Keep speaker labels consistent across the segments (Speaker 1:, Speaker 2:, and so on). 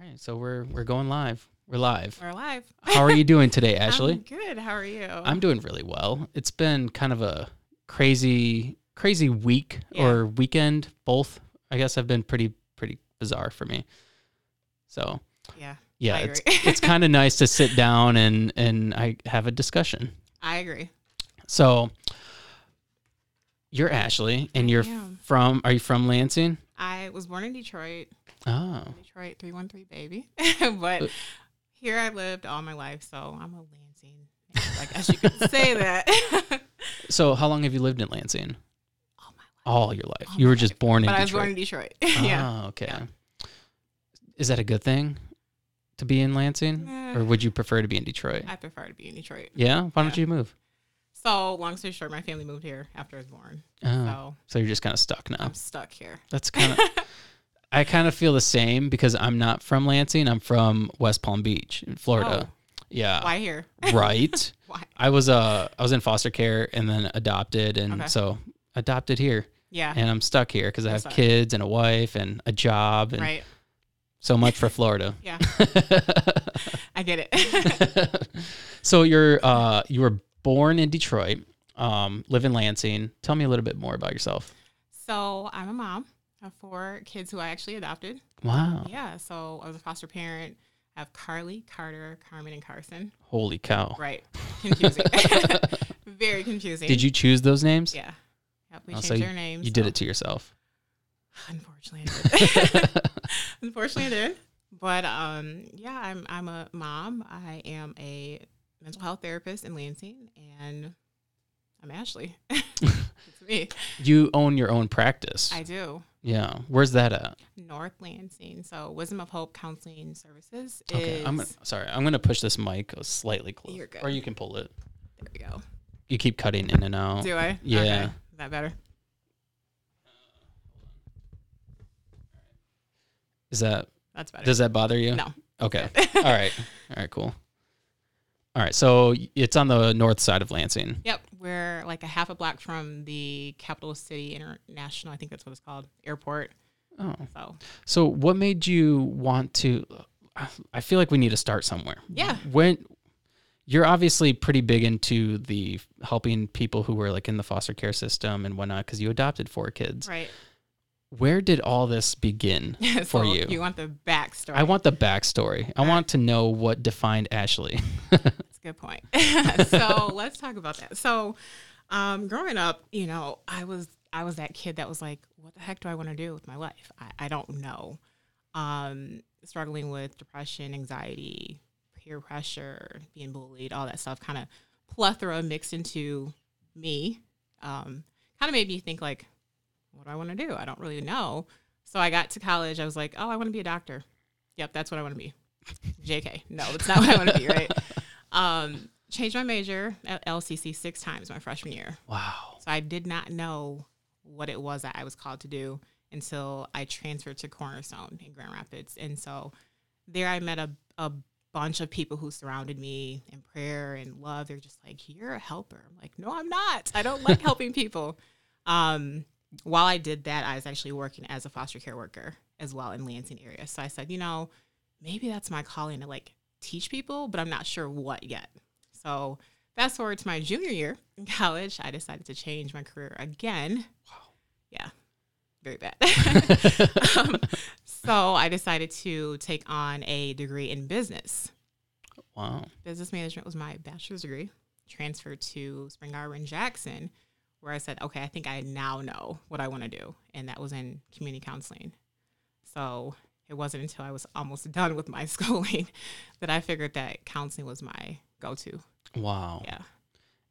Speaker 1: right, so we're we're going live. We're live.
Speaker 2: We're alive.
Speaker 1: How are you doing today, Ashley?
Speaker 2: I'm good. How are you?
Speaker 1: I'm doing really well. It's been kind of a crazy crazy week
Speaker 2: Yeah.
Speaker 1: or weekend. Both, I guess, have been pretty pretty bizarre for me. So
Speaker 2: yeah.
Speaker 1: yeah,
Speaker 2: I
Speaker 1: it's
Speaker 2: agree.
Speaker 1: it's kind of nice to sit down and and I have a discussion.
Speaker 2: I agree.
Speaker 1: So you're Ashley, and you're
Speaker 2: am.
Speaker 1: from. Are you from Lansing?
Speaker 2: I was born in Detroit,
Speaker 1: Oh,
Speaker 2: Detroit 313 baby.
Speaker 1: Uh,
Speaker 2: but here I lived all my life, so I'm a Lansing. native, I guess you could say that.
Speaker 1: so how long have you lived in Lansing?
Speaker 2: all my life.
Speaker 1: All your life.
Speaker 2: All
Speaker 1: you
Speaker 2: my
Speaker 1: were just
Speaker 2: life.
Speaker 1: born in
Speaker 2: But I was
Speaker 1: Detroit.
Speaker 2: born in Detroit. yeah.
Speaker 1: Oh, okay.
Speaker 2: Yeah.
Speaker 1: Is that a good thing to be in Lansing?
Speaker 2: Eh.
Speaker 1: Or would you prefer to be in Detroit?
Speaker 2: I prefer to be in Detroit.
Speaker 1: yeah? Why don't
Speaker 2: yeah.
Speaker 1: you move?
Speaker 2: So, long story short, my family moved here after I was born.
Speaker 1: Oh,
Speaker 2: So,
Speaker 1: so you're just kind of stuck now.
Speaker 2: I'm stuck here.
Speaker 1: That's kind of. I kind of feel the same because I'm not from Lansing. I'm from West Palm Beach, in Florida. Yeah.
Speaker 2: Oh. Why here?
Speaker 1: right.
Speaker 2: Why?
Speaker 1: I was uh I was in foster care and then adopted and
Speaker 2: Okay.
Speaker 1: so adopted here
Speaker 2: Yeah.
Speaker 1: and I'm stuck here because I
Speaker 2: I'm
Speaker 1: have
Speaker 2: sorry.
Speaker 1: kids and a wife and a job and
Speaker 2: right.
Speaker 1: so much for Florida.
Speaker 2: Yeah. I get it.
Speaker 1: so you're uh you were born in Detroit, um, live in Lansing. Tell me a little bit more about yourself.
Speaker 2: So I'm a mom of four kids who I actually adopted.
Speaker 1: Wow.
Speaker 2: Yeah. So I was a foster parent. I have Carly, Carter, Carmen, and Carson.
Speaker 1: Holy cow.
Speaker 2: Right. Confusing. Very confusing.
Speaker 1: Did you choose those names?
Speaker 2: Yeah. Yep, we
Speaker 1: Oh, so
Speaker 2: changed our names.
Speaker 1: You did
Speaker 2: so-
Speaker 1: it to yourself.
Speaker 2: Unfortunately, I did. Unfortunately, I did. But um, yeah, I'm I'm a mom. I am a mental health therapist in Lansing, and I'm Ashley. it's me.
Speaker 1: You own your own practice.
Speaker 2: I do.
Speaker 1: yeah. Where's that at?
Speaker 2: North Lansing. So Wisdom of Hope Counseling Services is
Speaker 1: Okay. I'm gonna, sorry. I'm gonna push this mic slightly close,
Speaker 2: You're good.
Speaker 1: or you can pull it.
Speaker 2: there we go.
Speaker 1: You keep cutting in and out.
Speaker 2: Do I?
Speaker 1: Oh, yeah.
Speaker 2: Okay. Is that better?
Speaker 1: Is that
Speaker 2: That's better.
Speaker 1: does that bother you?
Speaker 2: no.
Speaker 1: Okay. All right. All right. Cool. All right. So it's on the north side of Lansing.
Speaker 2: Yep. We're like a half a block from the capital city international, I think that's what it's called, airport.
Speaker 1: Oh.
Speaker 2: So
Speaker 1: So what made you want to? I feel like we need to start somewhere.
Speaker 2: Yeah.
Speaker 1: When you're obviously pretty big into the helping people who were like in the foster care system and whatnot because you adopted four kids.
Speaker 2: right.
Speaker 1: Where did all this begin for
Speaker 2: So
Speaker 1: you?
Speaker 2: You want the backstory.
Speaker 1: I want the backstory. I
Speaker 2: Back-
Speaker 1: want to know what defined Ashley.
Speaker 2: That's a good point. so let's talk about that. So um, growing up, you know, I was I was that kid that was like, what the heck do I want to do with my life? I, I don't know. Um, struggling with depression, anxiety, peer pressure, being bullied, all that stuff, kind of plethora mixed into me. Um, kind of made me think like, what do I want to do? I don't really know. So I got to college. I was like, oh, I want to be a doctor. Yep, that's what I want to be. JK. No, it's not what I want to be, right? Um, changed my major at LCC six times my freshman year.
Speaker 1: Wow.
Speaker 2: So I did not know what it was that I was called to do until I transferred to Cornerstone in Grand Rapids. And so there I met a, a bunch of people who surrounded me in prayer and love. They're just like, you're a helper. I'm like, no, I'm not. I don't like helping people. Um, while I did that, I was actually working as a foster care worker as well in Lansing area. So I said, you know, maybe that's my calling to like teach people, but I'm not sure what yet. So fast forward to my junior year in college, I decided to change my career again.
Speaker 1: Wow.
Speaker 2: Yeah. Very bad. um, so I decided to take on a degree in business.
Speaker 1: Wow.
Speaker 2: Business management was my bachelor's degree. Transferred to Spring Arbor in Jackson, where I said, okay, I think I now know what I want to do. And that was in community counseling. So it wasn't until I was almost done with my schooling that I figured that counseling was my go to.
Speaker 1: Wow.
Speaker 2: Yeah.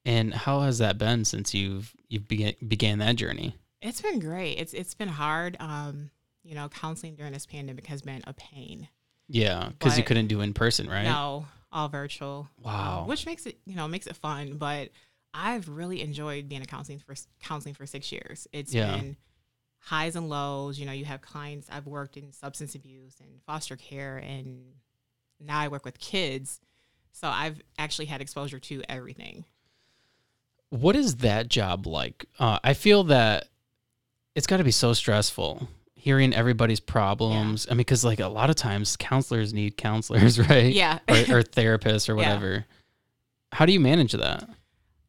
Speaker 1: And how has that been since you've you began began that journey?
Speaker 2: It's been great. It's it's been hard. Um, you know, counseling during this pandemic has been a pain.
Speaker 1: Yeah, because you
Speaker 2: But-
Speaker 1: couldn't do in person, right?
Speaker 2: No, all virtual.
Speaker 1: Wow.
Speaker 2: Um, which makes it, you know, makes it fun, but I've really enjoyed being a counseling for counseling for 6 years. It's
Speaker 1: Yeah.
Speaker 2: been highs and lows, you know, you have clients I've worked in substance abuse and foster care and now I work with kids. So I've actually had exposure to everything.
Speaker 1: what is that job like? Uh, I feel that it's got to be so stressful hearing everybody's problems. I mean, because like a lot of times counselors need counselors, right?
Speaker 2: Yeah.
Speaker 1: Or, or therapists or whatever. How do you manage that?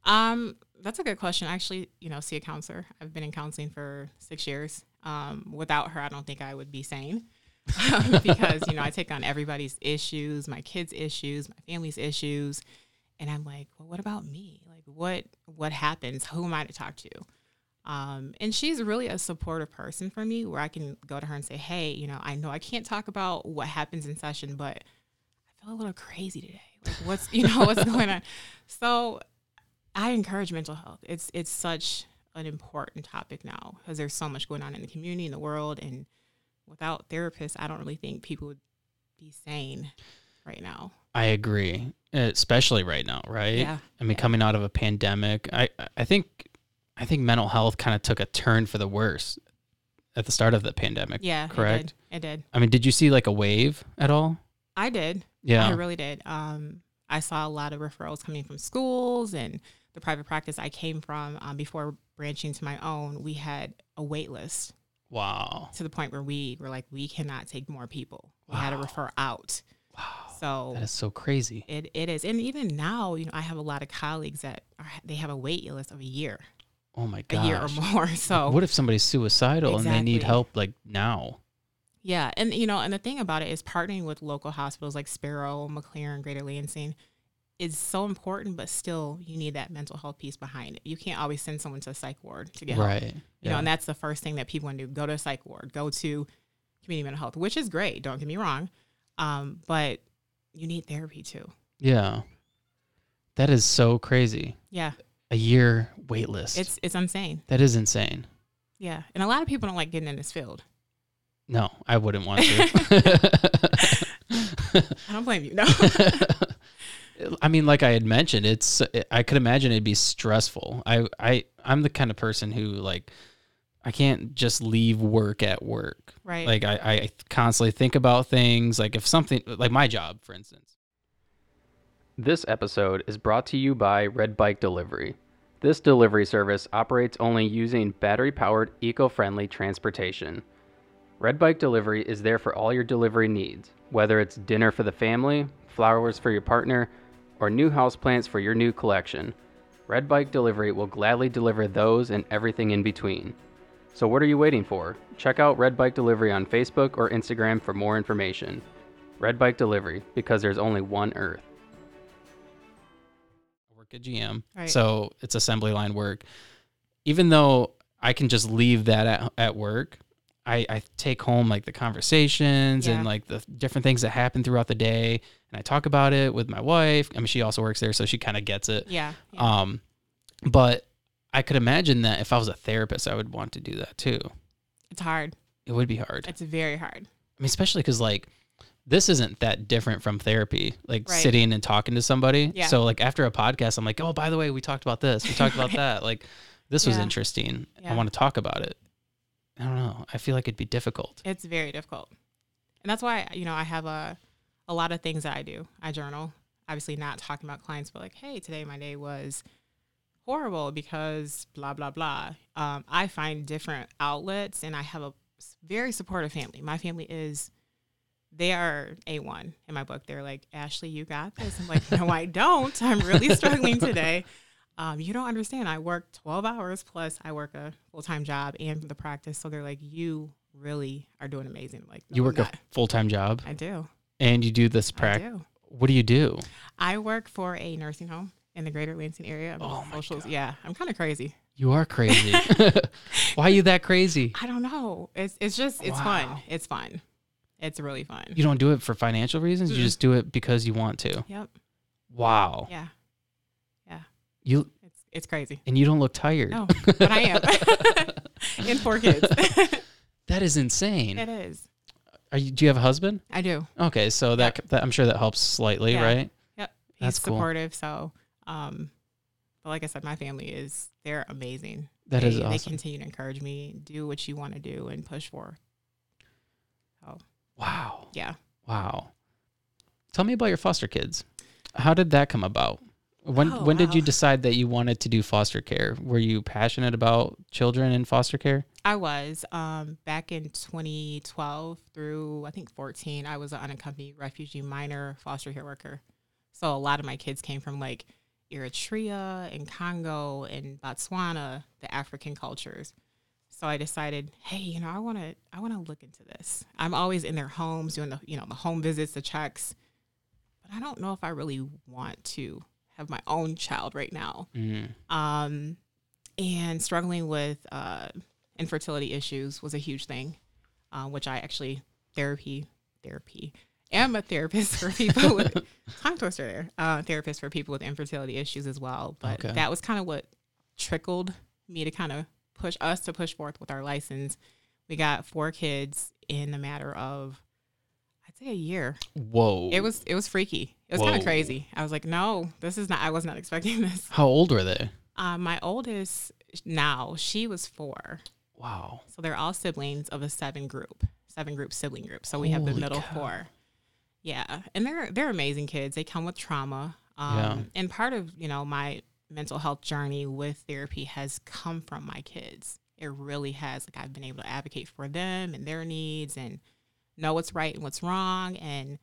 Speaker 2: Um, that's a good question. I actually, you know, see a counselor. I've been in counseling for six years. Um, without her, I don't think I would be sane because you know I take on everybody's issues, my kids' issues, my family's issues, and I'm like, well, what about me? Like, what what happens? Who am I to talk to? Um, and she's really a supportive person for me, where I can go to her and say, hey, you know, I know I can't talk about what happens in session, but I feel a little crazy today. Like, what's you know what's going on? So I encourage mental health. It's it's such an important topic now because there's so much going on in the community in the world, and without therapists, I don't really think people would be sane right now.
Speaker 1: I agree, especially right now, right?
Speaker 2: Yeah.
Speaker 1: I mean, coming out of a pandemic, I I think I think mental health kind of took a turn for the worse at the start of the pandemic.
Speaker 2: Yeah,
Speaker 1: correct.
Speaker 2: It did. It did.
Speaker 1: I mean, did you see like a wave at all?
Speaker 2: I did.
Speaker 1: Yeah.
Speaker 2: I really did. Um, I saw a lot of referrals coming from schools and the private practice I came from um, before branching to my own. We had a wait list
Speaker 1: wow.
Speaker 2: to the point where we were like, we cannot take more people. We had to
Speaker 1: Wow.
Speaker 2: refer out.
Speaker 1: Wow.
Speaker 2: So
Speaker 1: That is so crazy.
Speaker 2: It, it is. And even now, you know, I have a lot of colleagues that are, they have a wait list of a year,
Speaker 1: Oh my
Speaker 2: a
Speaker 1: gosh.
Speaker 2: year or more. So,
Speaker 1: What if somebody's suicidal and they need
Speaker 2: Exactly.
Speaker 1: help like now?
Speaker 2: yeah. And, you know, and the thing about it is partnering with local hospitals like Sparrow, McLaren, Greater Lansing is so important, but still you need that mental health piece behind it. You can't always send someone to a psych ward to get help.
Speaker 1: Right.
Speaker 2: You know, and that's the first thing that people want to do. Go to a psych ward, go to community mental health, which is great. Don't get me wrong. Um, but you need therapy too.
Speaker 1: yeah. That is so crazy.
Speaker 2: Yeah.
Speaker 1: A year wait list.
Speaker 2: It's, it's insane.
Speaker 1: that is insane.
Speaker 2: Yeah. And a lot of people don't like getting in this field.
Speaker 1: No, I wouldn't want to.
Speaker 2: I don't blame you. No.
Speaker 1: I mean, like I had mentioned, it's I could imagine it'd be stressful. I I I'm the kind of person who like I can't just leave work at work.
Speaker 2: right.
Speaker 1: Like I, I constantly think about things. Like if something like my job, for instance. This episode is brought to you by Red Bike Delivery. This delivery service operates only using battery powered, eco friendly transportation. Red Bike Delivery is there for all your delivery needs, whether it's dinner for the family, flowers for your partner, or new houseplants for your new collection. Red Bike Delivery will gladly deliver those and everything in between. So, what are you waiting for? Check out Red Bike Delivery on Facebook or Instagram for more information. Red Bike Delivery, because there's only one Earth. I work at GM,
Speaker 2: Right.
Speaker 1: so it's assembly line work. Even though I can just leave that at, at work, I, I take home like the conversations
Speaker 2: Yeah.
Speaker 1: and like the different things that happen throughout the day, and I talk about it with my wife. I mean, she also works there, so she kind of gets it.
Speaker 2: yeah. yeah.
Speaker 1: Um, but I could imagine that if I was a therapist, I would want to do that too.
Speaker 2: it's hard.
Speaker 1: It would be hard. I
Speaker 2: It's very hard.
Speaker 1: mean, especially because like this isn't that different from therapy, like
Speaker 2: Right.
Speaker 1: sitting and talking to somebody.
Speaker 2: Yeah.
Speaker 1: So like after a podcast, I'm like, oh, by the way, we talked about this. We talked about
Speaker 2: Right.
Speaker 1: that. Like this was
Speaker 2: Yeah.
Speaker 1: interesting.
Speaker 2: Yeah.
Speaker 1: I want to talk about it. I don't know. I feel like it'd be difficult.
Speaker 2: It's very difficult. And that's why, you know, I have a, a lot of things that I do. I journal, obviously not talking about clients, but like, hey, today my day was horrible because blah, blah, blah. Um, I find different outlets and I have a s- very supportive family. My family is, they are A1 in my book. They're like, Ashley, you got this. I'm like, no, I don't. I'm really struggling today. um, you don't understand. I work 12 hours plus I work a full time job and the practice. So they're like, you really are doing amazing. I'm like, no,
Speaker 1: you
Speaker 2: I'm
Speaker 1: work a
Speaker 2: not.
Speaker 1: full time job
Speaker 2: I do.
Speaker 1: and you do this
Speaker 2: Oh I
Speaker 1: practice.
Speaker 2: do.
Speaker 1: What do you do?
Speaker 2: I work for a nursing home in the greater Lansing area. I'm
Speaker 1: Oh
Speaker 2: a
Speaker 1: my
Speaker 2: socials. Yeah, I'm kind of crazy.
Speaker 1: You are crazy. Why are you that crazy?
Speaker 2: I don't know. It's, it's just, it's
Speaker 1: Wow.
Speaker 2: fun. It's fun. It's really fun.
Speaker 1: You don't do it for financial reasons. You
Speaker 2: Mm-mm.
Speaker 1: just do it because you want to.
Speaker 2: Yep.
Speaker 1: Wow.
Speaker 2: Yeah.
Speaker 1: You
Speaker 2: It's, it's crazy.
Speaker 1: and you don't look tired.
Speaker 2: No, but I am. and four kids.
Speaker 1: That is insane.
Speaker 2: it is.
Speaker 1: Are you, do you have a husband?
Speaker 2: I do.
Speaker 1: Okay, so that, that I'm sure that helps slightly,
Speaker 2: Yeah.
Speaker 1: right?
Speaker 2: Yep. He's
Speaker 1: That's cool.
Speaker 2: supportive. So, um, but like I said, my family is, they're amazing.
Speaker 1: That
Speaker 2: they,
Speaker 1: is
Speaker 2: They
Speaker 1: awesome.
Speaker 2: continue to encourage me, do what you want to do and push for.
Speaker 1: Wow.
Speaker 2: Yeah.
Speaker 1: Wow. Tell me about your foster kids. How did that come about? When
Speaker 2: Oh,
Speaker 1: when did you
Speaker 2: wow.
Speaker 1: decide that you wanted to do foster care? Were you passionate about children in foster care?
Speaker 2: I was um, back in 2012 through I think 14. I was an unaccompanied refugee minor foster care worker. So a lot of my kids came from like Eritrea and Congo and Botswana, the African cultures. So I decided, hey, you know, I want to I want to look into this. I'm always in their homes doing the you know the home visits, the checks, but I don't know if I really want to have my own child right now
Speaker 1: Mm.
Speaker 2: um, and struggling with uh, infertility issues was a huge thing, uh, which I actually therapy therapy am a therapist for people with tongue twister there uh, therapist for people with infertility issues as well. But
Speaker 1: Okay.
Speaker 2: that was kind of what trickled me to kind of push us to push forth with our license. We got four kids in the matter of I'd say a year.
Speaker 1: Whoa.
Speaker 2: It was it was freaky. It was kind
Speaker 1: Whoa.
Speaker 2: of crazy. I was like, no, this is not. I was not expecting this.
Speaker 1: How old were they?
Speaker 2: Uh, my oldest now, she was four.
Speaker 1: Wow.
Speaker 2: So they're all siblings of a seven group, seven group sibling group. So we have the
Speaker 1: Holy
Speaker 2: middle
Speaker 1: cow.
Speaker 2: four. Yeah. And they're they're amazing kids. They come with trauma. Um
Speaker 1: Yeah.
Speaker 2: and part of, you know, my mental health journey with therapy has come from my kids. It really has. Like I've been able to advocate for them and their needs and know what's right and what's wrong and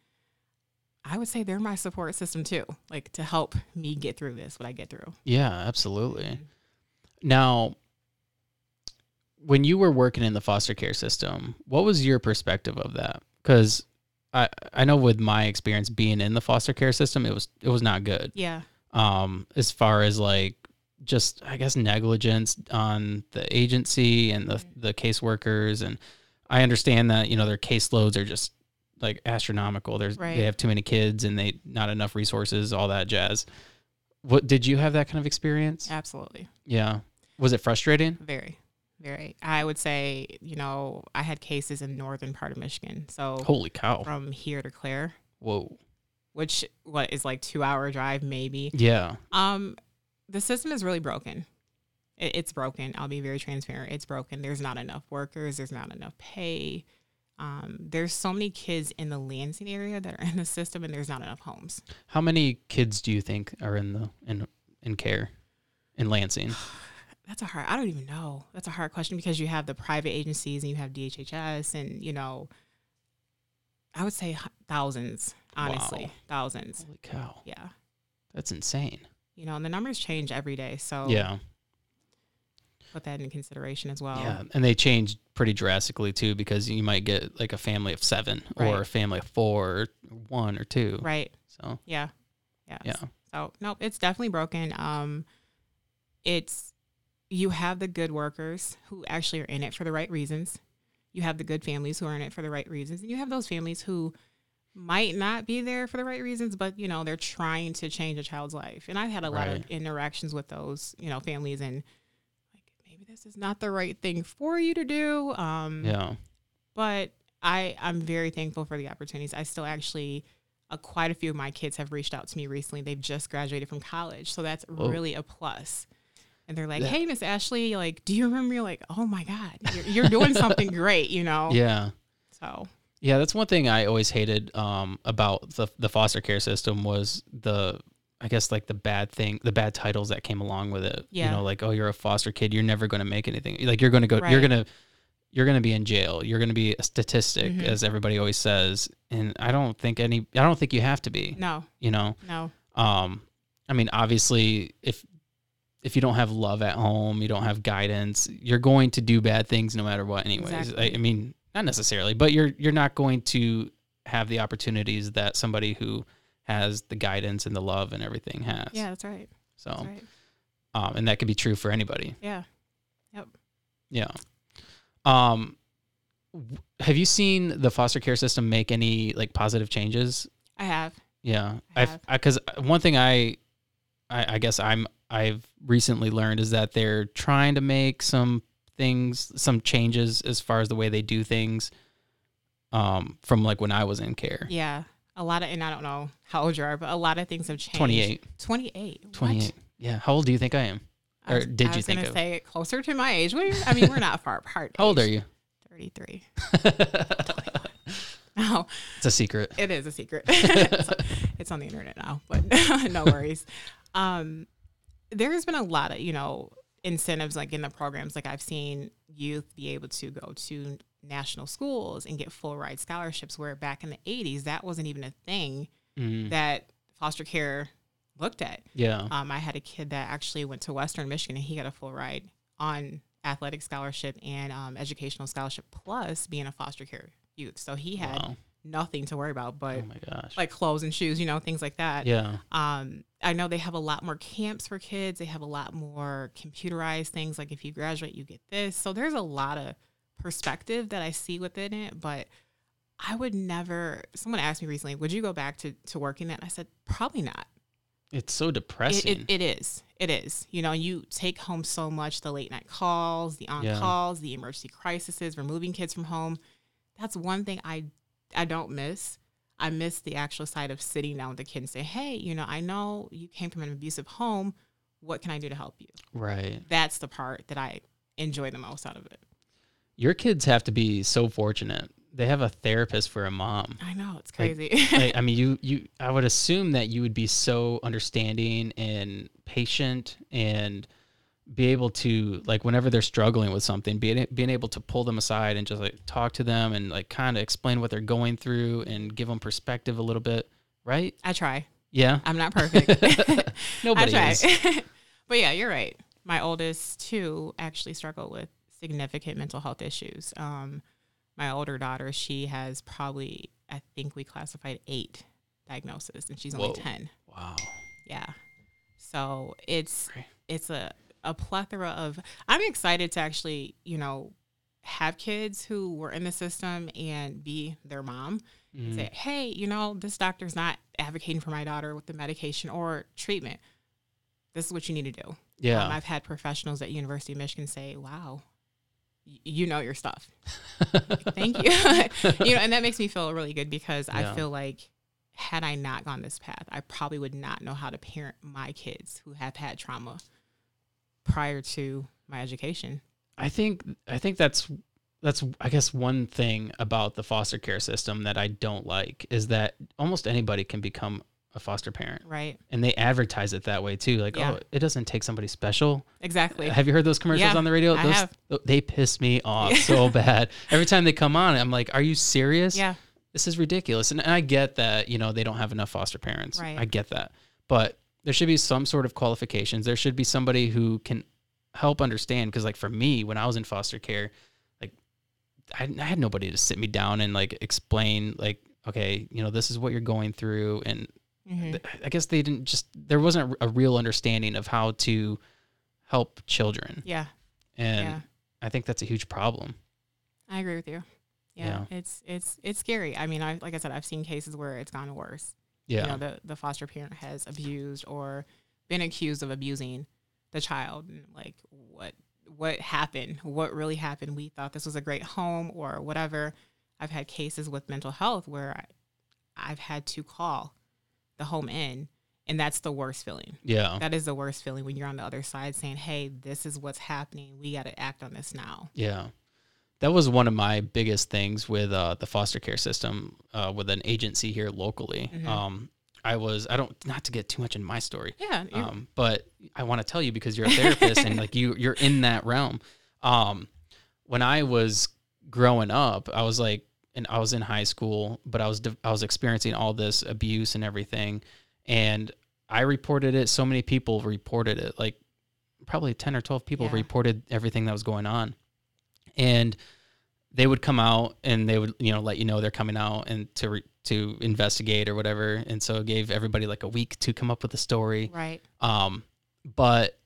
Speaker 2: I would say they're my support system too, like to help me get through this, what I get through.
Speaker 1: Yeah, absolutely. Now, when you were working in the foster care system, what was your perspective of that? Because I I know with my experience being in the foster care system, it was it was not good.
Speaker 2: Yeah.
Speaker 1: um, as far as like just I guess negligence on the agency and the the caseworkers and I understand that you know their caseloads are just like astronomical. There's
Speaker 2: Right.
Speaker 1: they have too many kids and they not enough resources, all that jazz. What did you have that kind of experience?
Speaker 2: Absolutely.
Speaker 1: Yeah. Was it frustrating?
Speaker 2: Very, very. I would say, you know, I had cases in northern part of Michigan. So
Speaker 1: Holy cow.
Speaker 2: from here to Claire,
Speaker 1: Whoa.
Speaker 2: which what is like two hour drive maybe.
Speaker 1: Yeah.
Speaker 2: Um, the system is really broken. It, it's broken. I'll be very transparent. It's broken. There's not enough workers. There's not enough pay. Um, there's so many kids in the Lansing area that are in the system, and there's not enough homes.
Speaker 1: How many kids do you think are in the in in care in Lansing?
Speaker 2: That's a hard. I don't even know. That's a hard question because you have the private agencies and you have DHHS and you know, I would say h- thousands. Honestly,
Speaker 1: Wow.
Speaker 2: thousands.
Speaker 1: Holy cow.
Speaker 2: Yeah,
Speaker 1: That's insane.
Speaker 2: you know, and the numbers change every day. So
Speaker 1: Yeah.
Speaker 2: put that in consideration as well.
Speaker 1: Yeah, and they change pretty drastically too because you might get like a family of seven or
Speaker 2: Right.
Speaker 1: a family of four, or one or two.
Speaker 2: Right.
Speaker 1: So
Speaker 2: Yeah. Yeah.
Speaker 1: yeah,
Speaker 2: So nope, it's definitely broken. Um, it's you have the good workers who actually are in it for the right reasons. You have the good families who are in it for the right reasons, and you have those families who might not be there for the right reasons, but you know they're trying to change a child's life. And I've had a lot of
Speaker 1: Right.
Speaker 2: interactions with those, you know, families, and like maybe this is not the right thing for you to do. Um,
Speaker 1: yeah,
Speaker 2: but I I'm very thankful for the opportunities. I still actually uh, quite a few of my kids have reached out to me recently. They've just graduated from college, so that's
Speaker 1: Whoa.
Speaker 2: really a plus. And they're like,
Speaker 1: Oh. Yeah.
Speaker 2: "Hey, Miss Ashley, like, do you remember?" You're like, "Oh my God, you're, you're doing something great," you know.
Speaker 1: yeah,
Speaker 2: So
Speaker 1: yeah. That's one thing I always hated um, about the the foster care system was the I guess like the bad thing, the bad titles that came along with it.
Speaker 2: Yeah.
Speaker 1: You know, like oh, you're a foster kid. You're never going to make anything. Like you're going to go. You're
Speaker 2: Right.
Speaker 1: going to you're going to be in jail. You're going to be a statistic,
Speaker 2: Mhm.
Speaker 1: as everybody always says. And I don't think any. I don't think you have to be.
Speaker 2: no,
Speaker 1: You know.
Speaker 2: no,
Speaker 1: um i mean obviously if if you don't have love at home you don't have guidance you're going to do bad things no matter what anyways I,
Speaker 2: Exactly.
Speaker 1: I mean not necessarily but you're you're not going to have the opportunities that somebody who has the guidance and the love and everything has
Speaker 2: yeah, that's right,
Speaker 1: so
Speaker 2: that's right,
Speaker 1: um and that could be true for anybody
Speaker 2: yeah.
Speaker 1: yeah um w- have you seen the foster care system make any like positive changes
Speaker 2: I have,
Speaker 1: Yeah,
Speaker 2: I
Speaker 1: I've
Speaker 2: have.
Speaker 1: because uh, one thing I, I, I guess I'm I've recently learned is that they're trying to make some things, some changes as far as the way they do things. Um, from like when I was in care,
Speaker 2: yeah, a lot of, and I don't know how old you are, but a lot of things have changed.
Speaker 1: 28,
Speaker 2: 28, What?
Speaker 1: 28. Yeah, how old do you think I am?
Speaker 2: I
Speaker 1: Or
Speaker 2: was-
Speaker 1: did
Speaker 2: I
Speaker 1: you
Speaker 2: was
Speaker 1: think
Speaker 2: gonna
Speaker 1: of-
Speaker 2: say closer to my age? What are you- I mean, we're not far apart.
Speaker 1: How old are you?
Speaker 2: 33.
Speaker 1: it's
Speaker 2: No,
Speaker 1: a secret.
Speaker 2: it is a secret. it's, it's on the internet now, but no worries. Um, there's been a lot of, you know, incentives like in the programs. Like I've seen youth be able to go to national schools and get full ride scholarships, where back in the 80s, that wasn't even a thing
Speaker 1: Mm,
Speaker 2: that foster care looked at.
Speaker 1: yeah.
Speaker 2: Um, I had a kid that actually went to Western Michigan and he got a full ride on athletic scholarship and um, educational scholarship plus being a foster care youth. So he had
Speaker 1: Wow.
Speaker 2: nothing to worry about but
Speaker 1: Oh my gosh.
Speaker 2: like clothes and shoes, you know, things like that.
Speaker 1: yeah.
Speaker 2: Um, I know they have a lot more camps for kids. They have a lot more computerized things. Like if you graduate, you get this. So there's a lot of perspective that I see within it. But I would never. Someone asked me recently, "Would you go back to to working?" That I said, "Probably not."
Speaker 1: It's so
Speaker 2: It,
Speaker 1: depressing.
Speaker 2: it, it is. It is. You know, you take home so much the late night calls, the on
Speaker 1: Yeah.
Speaker 2: calls, the emergency crises, removing kids from home. That's one thing I I don't miss. I miss the actual side of sitting down with the kid and say, "Hey, you know, I know you came from an abusive home. What can I do to help you?"
Speaker 1: right.
Speaker 2: That's the part that I enjoy the most out of it.
Speaker 1: Your kids have to be so fortunate. They have a therapist for a mom.
Speaker 2: I know it's
Speaker 1: Like,
Speaker 2: crazy.
Speaker 1: Like, I mean, you, you, I would assume that you would be so understanding and patient and be able to, like, whenever they're struggling with something, being, being able to pull them aside and just like talk to them and like kind of explain what they're going through and give them perspective a little bit. Right.
Speaker 2: I try.
Speaker 1: Yeah.
Speaker 2: I'm not perfect.
Speaker 1: Nobody is.
Speaker 2: I try. but yeah, you're right. My oldest two actually struggle with significant mental health issues. Um, my older daughter, she has probably, I think we classified eight diagnoses, and she's only
Speaker 1: Whoa.
Speaker 2: ten.
Speaker 1: Wow.
Speaker 2: Yeah. So it's
Speaker 1: Great.
Speaker 2: it's a a plethora of. I'm excited to actually, you know, have kids who were in the system and be their mom
Speaker 1: Mm.
Speaker 2: say, hey, you know, this doctor's not advocating for my daughter with the medication or treatment. This is what you need to do. Um,
Speaker 1: Yeah.
Speaker 2: I've had professionals at University of Michigan say, wow, y- you know your stuff. Thank you. you know, and that makes me feel really good because
Speaker 1: Yeah.
Speaker 2: I feel like had I not gone this path, I probably would not know how to parent my kids who have had trauma prior to my education.
Speaker 1: I think I think that's that's I guess one thing about the foster care system that I don't like is that almost anybody can become a foster parent.
Speaker 2: Right.
Speaker 1: And they advertise it that way too. Like,
Speaker 2: Yeah.
Speaker 1: oh, it doesn't take somebody special.
Speaker 2: Exactly.
Speaker 1: Have you heard those commercials
Speaker 2: Yeah,
Speaker 1: on the radio?
Speaker 2: I
Speaker 1: Those,
Speaker 2: have.
Speaker 1: th- They piss me off so bad. Every time they come on, I'm like, are you serious?
Speaker 2: Yeah.
Speaker 1: This is ridiculous. And I get that, you know, they don't have enough foster parents.
Speaker 2: Right.
Speaker 1: I get that. But there should be some sort of qualifications. There should be somebody who can help understand. Cause, like, for me, when I was in foster care, like, I, I had nobody to sit me down and, like, explain, like, okay, you know, this is what you're going through. And
Speaker 2: Mhm.
Speaker 1: th- I guess they didn't just, there wasn't a real understanding of how to help children.
Speaker 2: Yeah.
Speaker 1: And
Speaker 2: Yeah.
Speaker 1: I think that's a huge problem.
Speaker 2: I agree with you. Yeah, it's it's it's scary. I mean, I like I said, I've seen cases where it's gone worse.
Speaker 1: Yeah.
Speaker 2: You know, the the foster parent has abused or been accused of abusing the child. And like, what what happened? What really happened? We thought this was a great home or whatever. I've had cases with mental health where I, I've had to call the home in, and that's the worst feeling.
Speaker 1: yeah.
Speaker 2: That is the worst feeling when you're on the other side saying, "Hey, this is what's happening. We got to act on this now."
Speaker 1: Yeah. That was one of my biggest things with uh, the foster care system uh, with an agency here locally.
Speaker 2: Mhm.
Speaker 1: Um, I was, I don't, not to get too much in my story,
Speaker 2: Yeah, you're-
Speaker 1: um, but I want to tell you because you're a therapist and like you, you're in that realm. Um, when I was growing up, I was like, and I was in high school, but I was, de- I was experiencing all this abuse and everything. And I reported it. So many people reported it. Like probably 10 or 12 people
Speaker 2: Yeah.
Speaker 1: reported everything that was going on. And they would come out and they would, you know, let you know they're coming out and to, re- to investigate or whatever. And so it gave everybody like a week to come up with a story.
Speaker 2: right.
Speaker 1: Um, but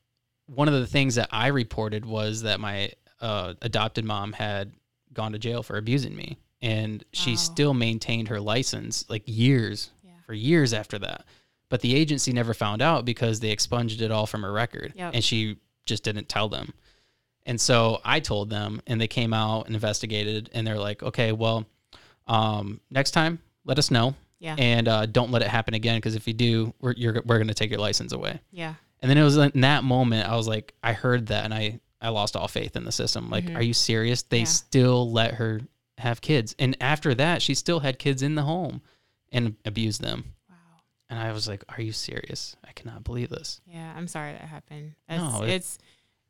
Speaker 1: one of the things that I reported was that my uh, adopted mom had gone to jail for abusing me, and she
Speaker 2: Wow.
Speaker 1: still maintained her license like years
Speaker 2: Yeah.
Speaker 1: for years after that. But the agency never found out because they expunged it all from her record,
Speaker 2: Yep.
Speaker 1: and she just didn't tell them. And so I told them, and they came out and investigated, and they're like, "Okay, well, um, next time, let us know,
Speaker 2: Yeah.
Speaker 1: and uh, don't let it happen again, because if you do, we're you're, we're going to take your license away."
Speaker 2: Yeah.
Speaker 1: And then it was in that moment I was like, I heard that and I I lost all faith in the system. Like,
Speaker 2: Mhm.
Speaker 1: are you serious? They
Speaker 2: Yeah.
Speaker 1: still let her have kids, and after that, she still had kids in the home and abused them.
Speaker 2: Wow.
Speaker 1: And I was like, "Are you serious? I cannot believe this."
Speaker 2: Yeah, I'm sorry that happened. It's,
Speaker 1: No, it-
Speaker 2: it's,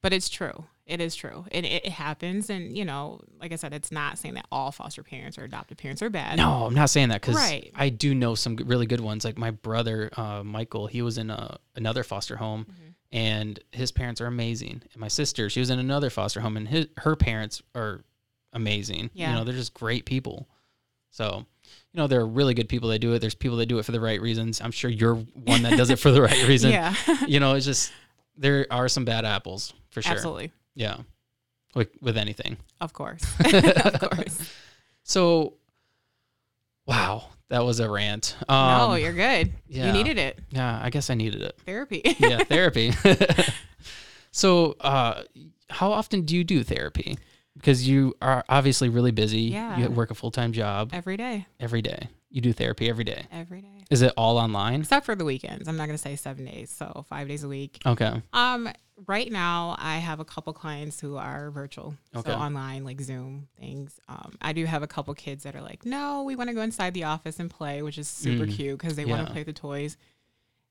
Speaker 2: but it's true. It is true. It, it it happens, and you know, like I said, it's not saying that all foster parents or adoptive parents are bad.
Speaker 1: No, I'm not saying that because
Speaker 2: Right.
Speaker 1: I do know some g- really good ones. Like my brother, uh, Michael, he was in a, another foster home,
Speaker 2: Mm-hmm.
Speaker 1: and his parents are amazing. And my sister, she was in another foster home, and his, her parents are amazing.
Speaker 2: Yeah.
Speaker 1: You know, they're just great people. So, you know, there are really good people that do it. There's people that do it for the right reasons. I'm sure you're one that does it for the right reason.
Speaker 2: yeah,
Speaker 1: You know, it's just there are some bad apples for sure.
Speaker 2: absolutely,
Speaker 1: Yeah. With, with anything.
Speaker 2: of course, of course.
Speaker 1: So, wow, that was a rant.
Speaker 2: no, you're good.
Speaker 1: Um, yeah.
Speaker 2: You needed it.
Speaker 1: Yeah, I guess I needed it.
Speaker 2: Therapy.
Speaker 1: Yeah, therapy. so, uh, how often do you do therapy? Because you are obviously really busy.
Speaker 2: Yeah.
Speaker 1: You work a full time job
Speaker 2: every day,
Speaker 1: every day. You do therapy every day.
Speaker 2: every day,
Speaker 1: Is it all online?
Speaker 2: except for the weekends. I'm not gonna say seven days, so five days a week.
Speaker 1: Okay.
Speaker 2: Um, right now I have a couple clients who are virtual,
Speaker 1: Okay.
Speaker 2: so online, like Zoom things. Um, I do have a couple kids that are like, no, we want to go inside the office and play, which is super
Speaker 1: Mm,
Speaker 2: cute because they want
Speaker 1: yeah.
Speaker 2: to play with the toys.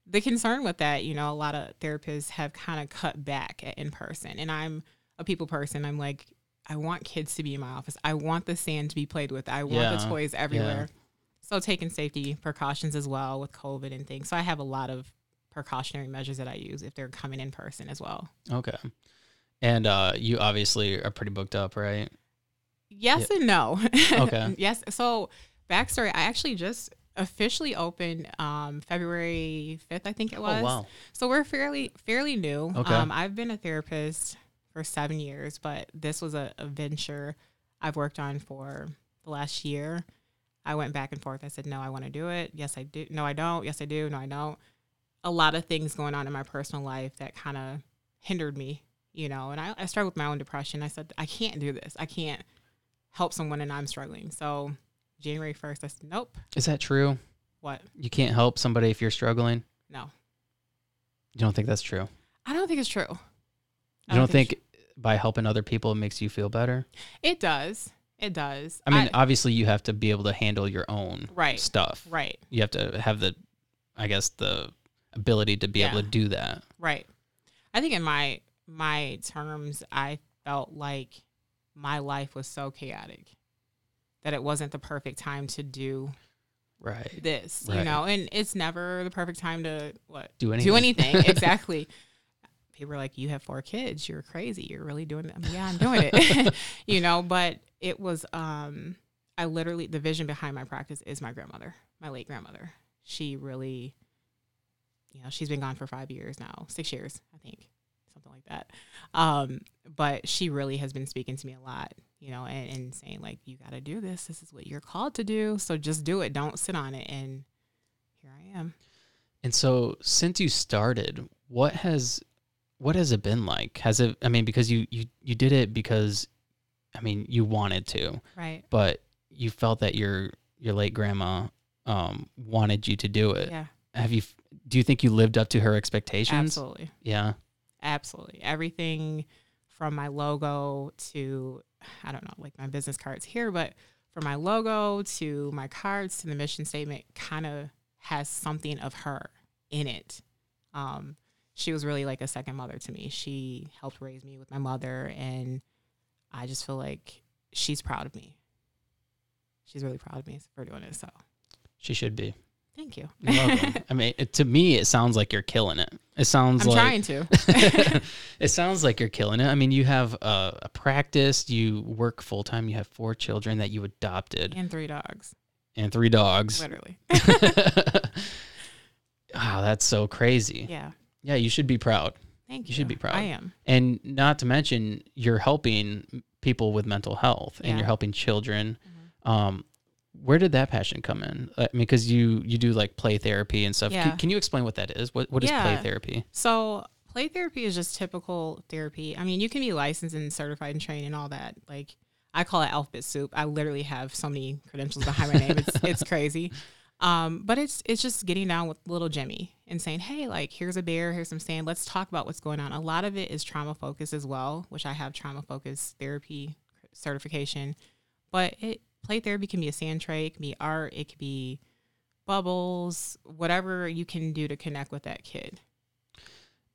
Speaker 2: The concern with that, you know, a lot of therapists have kind of cut back at in person, and I'm a people person. I'm like, I want kids to be in my office. I want the sand to be played with. I want
Speaker 1: Yeah,
Speaker 2: the toys everywhere. So taking safety precautions as well with COVID and things. So I have a lot of precautionary measures that I use if they're coming in person as well.
Speaker 1: Okay. And uh, you obviously are pretty booked up, right?
Speaker 2: Yes and no.
Speaker 1: Okay.
Speaker 2: yes. So backstory, I actually just officially opened um, February fifth, I think
Speaker 1: Oh,
Speaker 2: it was. So we're fairly fairly new.
Speaker 1: Okay.
Speaker 2: Um, I've been a therapist for seven years, but this was a, a venture I've worked on for the last year. I went back and forth. I said, no, I want to do it. Yes, I do. No, I don't. Yes, I do. No, I don't. A lot of things going on in my personal life that kind of hindered me, you know. And I, I struggled with my own depression. I said, I can't do this. I can't help someone and I'm struggling. So January 1st, I said, nope.
Speaker 1: Is that true?
Speaker 2: What?
Speaker 1: You can't help somebody if you're struggling?
Speaker 2: No.
Speaker 1: You don't think that's true? You
Speaker 2: I don't think it's true. You
Speaker 1: don't, think, by helping other people it makes you feel better?
Speaker 2: It does. It does.
Speaker 1: I mean, uh, obviously you have to be able to handle your own
Speaker 2: Right.
Speaker 1: stuff.
Speaker 2: right,
Speaker 1: you have to have the i guess the ability to be able
Speaker 2: Yeah.
Speaker 1: to do that
Speaker 2: right. I think in my my terms, I felt like my life was so chaotic that it wasn't the perfect time to do
Speaker 1: right
Speaker 2: this,
Speaker 1: Right.
Speaker 2: you know. And it's never the perfect time to what
Speaker 1: do anything
Speaker 2: do anything exactly. People are like, "You have four kids. You're crazy. You're really doing them." Yeah, I'm doing it. you know, but it was. um I literally the vision behind my practice is my grandmother, my late grandmother. She really, you know, she's been gone for five years now, six years, I think, something like that. Um, but she really has been speaking to me a lot, you know, and, and saying like, "You got to do this. This is what you're called to do. So just do it. Don't sit on it." And here I am.
Speaker 1: and so since you started what has what has it been like has it i mean because you you you did it because i mean you wanted to
Speaker 2: Right.
Speaker 1: but you felt that your your late grandma um wanted you to do it
Speaker 2: Yeah.
Speaker 1: have you do you think you lived up to her expectations
Speaker 2: Absolutely.
Speaker 1: yeah
Speaker 2: Absolutely. Everything from my logo to, I don't know, like my business cards here, but from my logo to my cards to the mission statement kind of has something of her in it. Um, she was really like a second mother to me. She helped raise me with my mother, and I just feel like she's proud of me. She's really proud of me for doing it. So
Speaker 1: she should be
Speaker 2: thank you.
Speaker 1: You're welcome. i mean it, to me it sounds like you're killing it it sounds
Speaker 2: I'm
Speaker 1: like
Speaker 2: trying to.
Speaker 1: it sounds like you're killing it. I mean, you have a, a practice, you work full time, you have four children that you adopted
Speaker 2: and three dogs,
Speaker 1: and three dogs.
Speaker 2: literally.
Speaker 1: wow, that's so crazy. Yeah.
Speaker 2: Yeah.
Speaker 1: you should be proud.
Speaker 2: Thank you.
Speaker 1: You should be proud.
Speaker 2: I am.
Speaker 1: And not to mention, you're helping people with mental health and
Speaker 2: Yeah. Mm-hmm.
Speaker 1: you're helping children. Um, where did that passion come in? I mean, because you you do like play therapy and stuff. Can-
Speaker 2: Yeah.
Speaker 1: Can, you explain what that is? What what is
Speaker 2: Yeah.
Speaker 1: play therapy?
Speaker 2: So play therapy is just typical therapy. I mean, you can be licensed and certified and trained and all that. Like I call it alphabet soup. I literally have so many credentials behind my name. It's it's crazy. Um, but it's it's just getting down with little Jimmy and saying, Hey, like here's a bear, here's some sand, let's talk about what's going on. A lot of it is trauma focused as well, which I have trauma focused therapy certification. But it play therapy can be a sand tray, it can be art, it could be bubbles, whatever you can do to connect with that kid.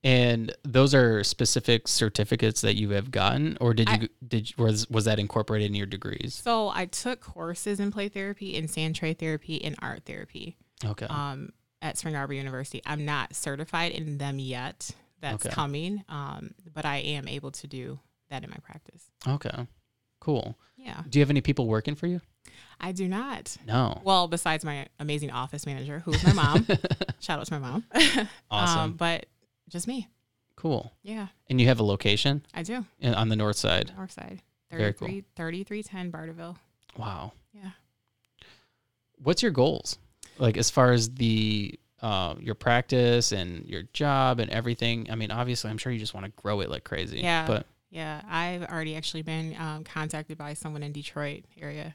Speaker 1: And those are specific certificates that you have gotten, or did you did was was that incorporated in your degrees?
Speaker 2: So I took courses in play therapy, in sand tray therapy, and art therapy
Speaker 1: Okay,
Speaker 2: um, at Spring Arbor University. I'm not certified in them yet. That's
Speaker 1: Okay.
Speaker 2: coming, um, but I am able to do that in my practice.
Speaker 1: okay, cool.
Speaker 2: Yeah,
Speaker 1: Do you have any people working for you?
Speaker 2: I do not.
Speaker 1: No.
Speaker 2: Well, besides my amazing office manager, who's my mom. Shout out to my mom.
Speaker 1: awesome,
Speaker 2: Um, but just me.
Speaker 1: cool.
Speaker 2: Yeah,
Speaker 1: And you have a location
Speaker 2: I do.
Speaker 1: in- on the north side.
Speaker 2: North side.
Speaker 1: Very
Speaker 2: 33,
Speaker 1: cool.
Speaker 2: 3310 Barterville.
Speaker 1: Wow.
Speaker 2: Yeah.
Speaker 1: What's your goals? Like as far as the uh, your practice and your job and everything. I mean, obviously, I'm sure you just want to grow it like crazy.
Speaker 2: Yeah.
Speaker 1: But
Speaker 2: Yeah. I've already actually been um, contacted by someone in Detroit area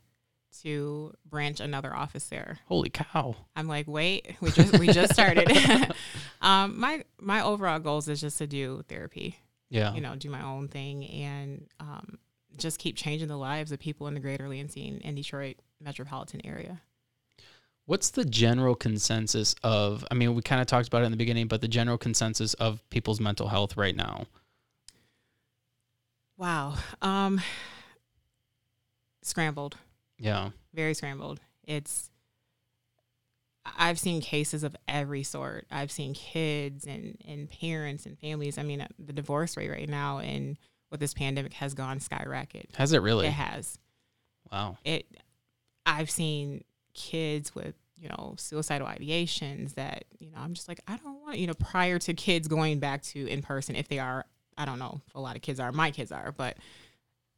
Speaker 2: to branch another office there.
Speaker 1: holy cow.
Speaker 2: I'm like, wait, we just we just started. um, my my overall goals is just to do therapy,
Speaker 1: Yeah.
Speaker 2: you know, do my own thing and um, just keep changing the lives of people in the greater Lansing and Detroit metropolitan area.
Speaker 1: What's the general consensus of? I mean, we kind of talked about it in the beginning, but the general consensus of people's mental health right now.
Speaker 2: Wow. Um, scrambled.
Speaker 1: Yeah.
Speaker 2: very scrambled. It's I've seen cases of every sort. I've seen kids and and parents and families. I mean, uh, the divorce rate right now and with this pandemic has gone skyrocket.
Speaker 1: Has it really?
Speaker 2: It has.
Speaker 1: Wow.
Speaker 2: It I've seen kids with you know suicidal ideations that you know I'm just like I don't want you know prior to kids going back to in person if they are I don't know if a lot of kids are my kids are but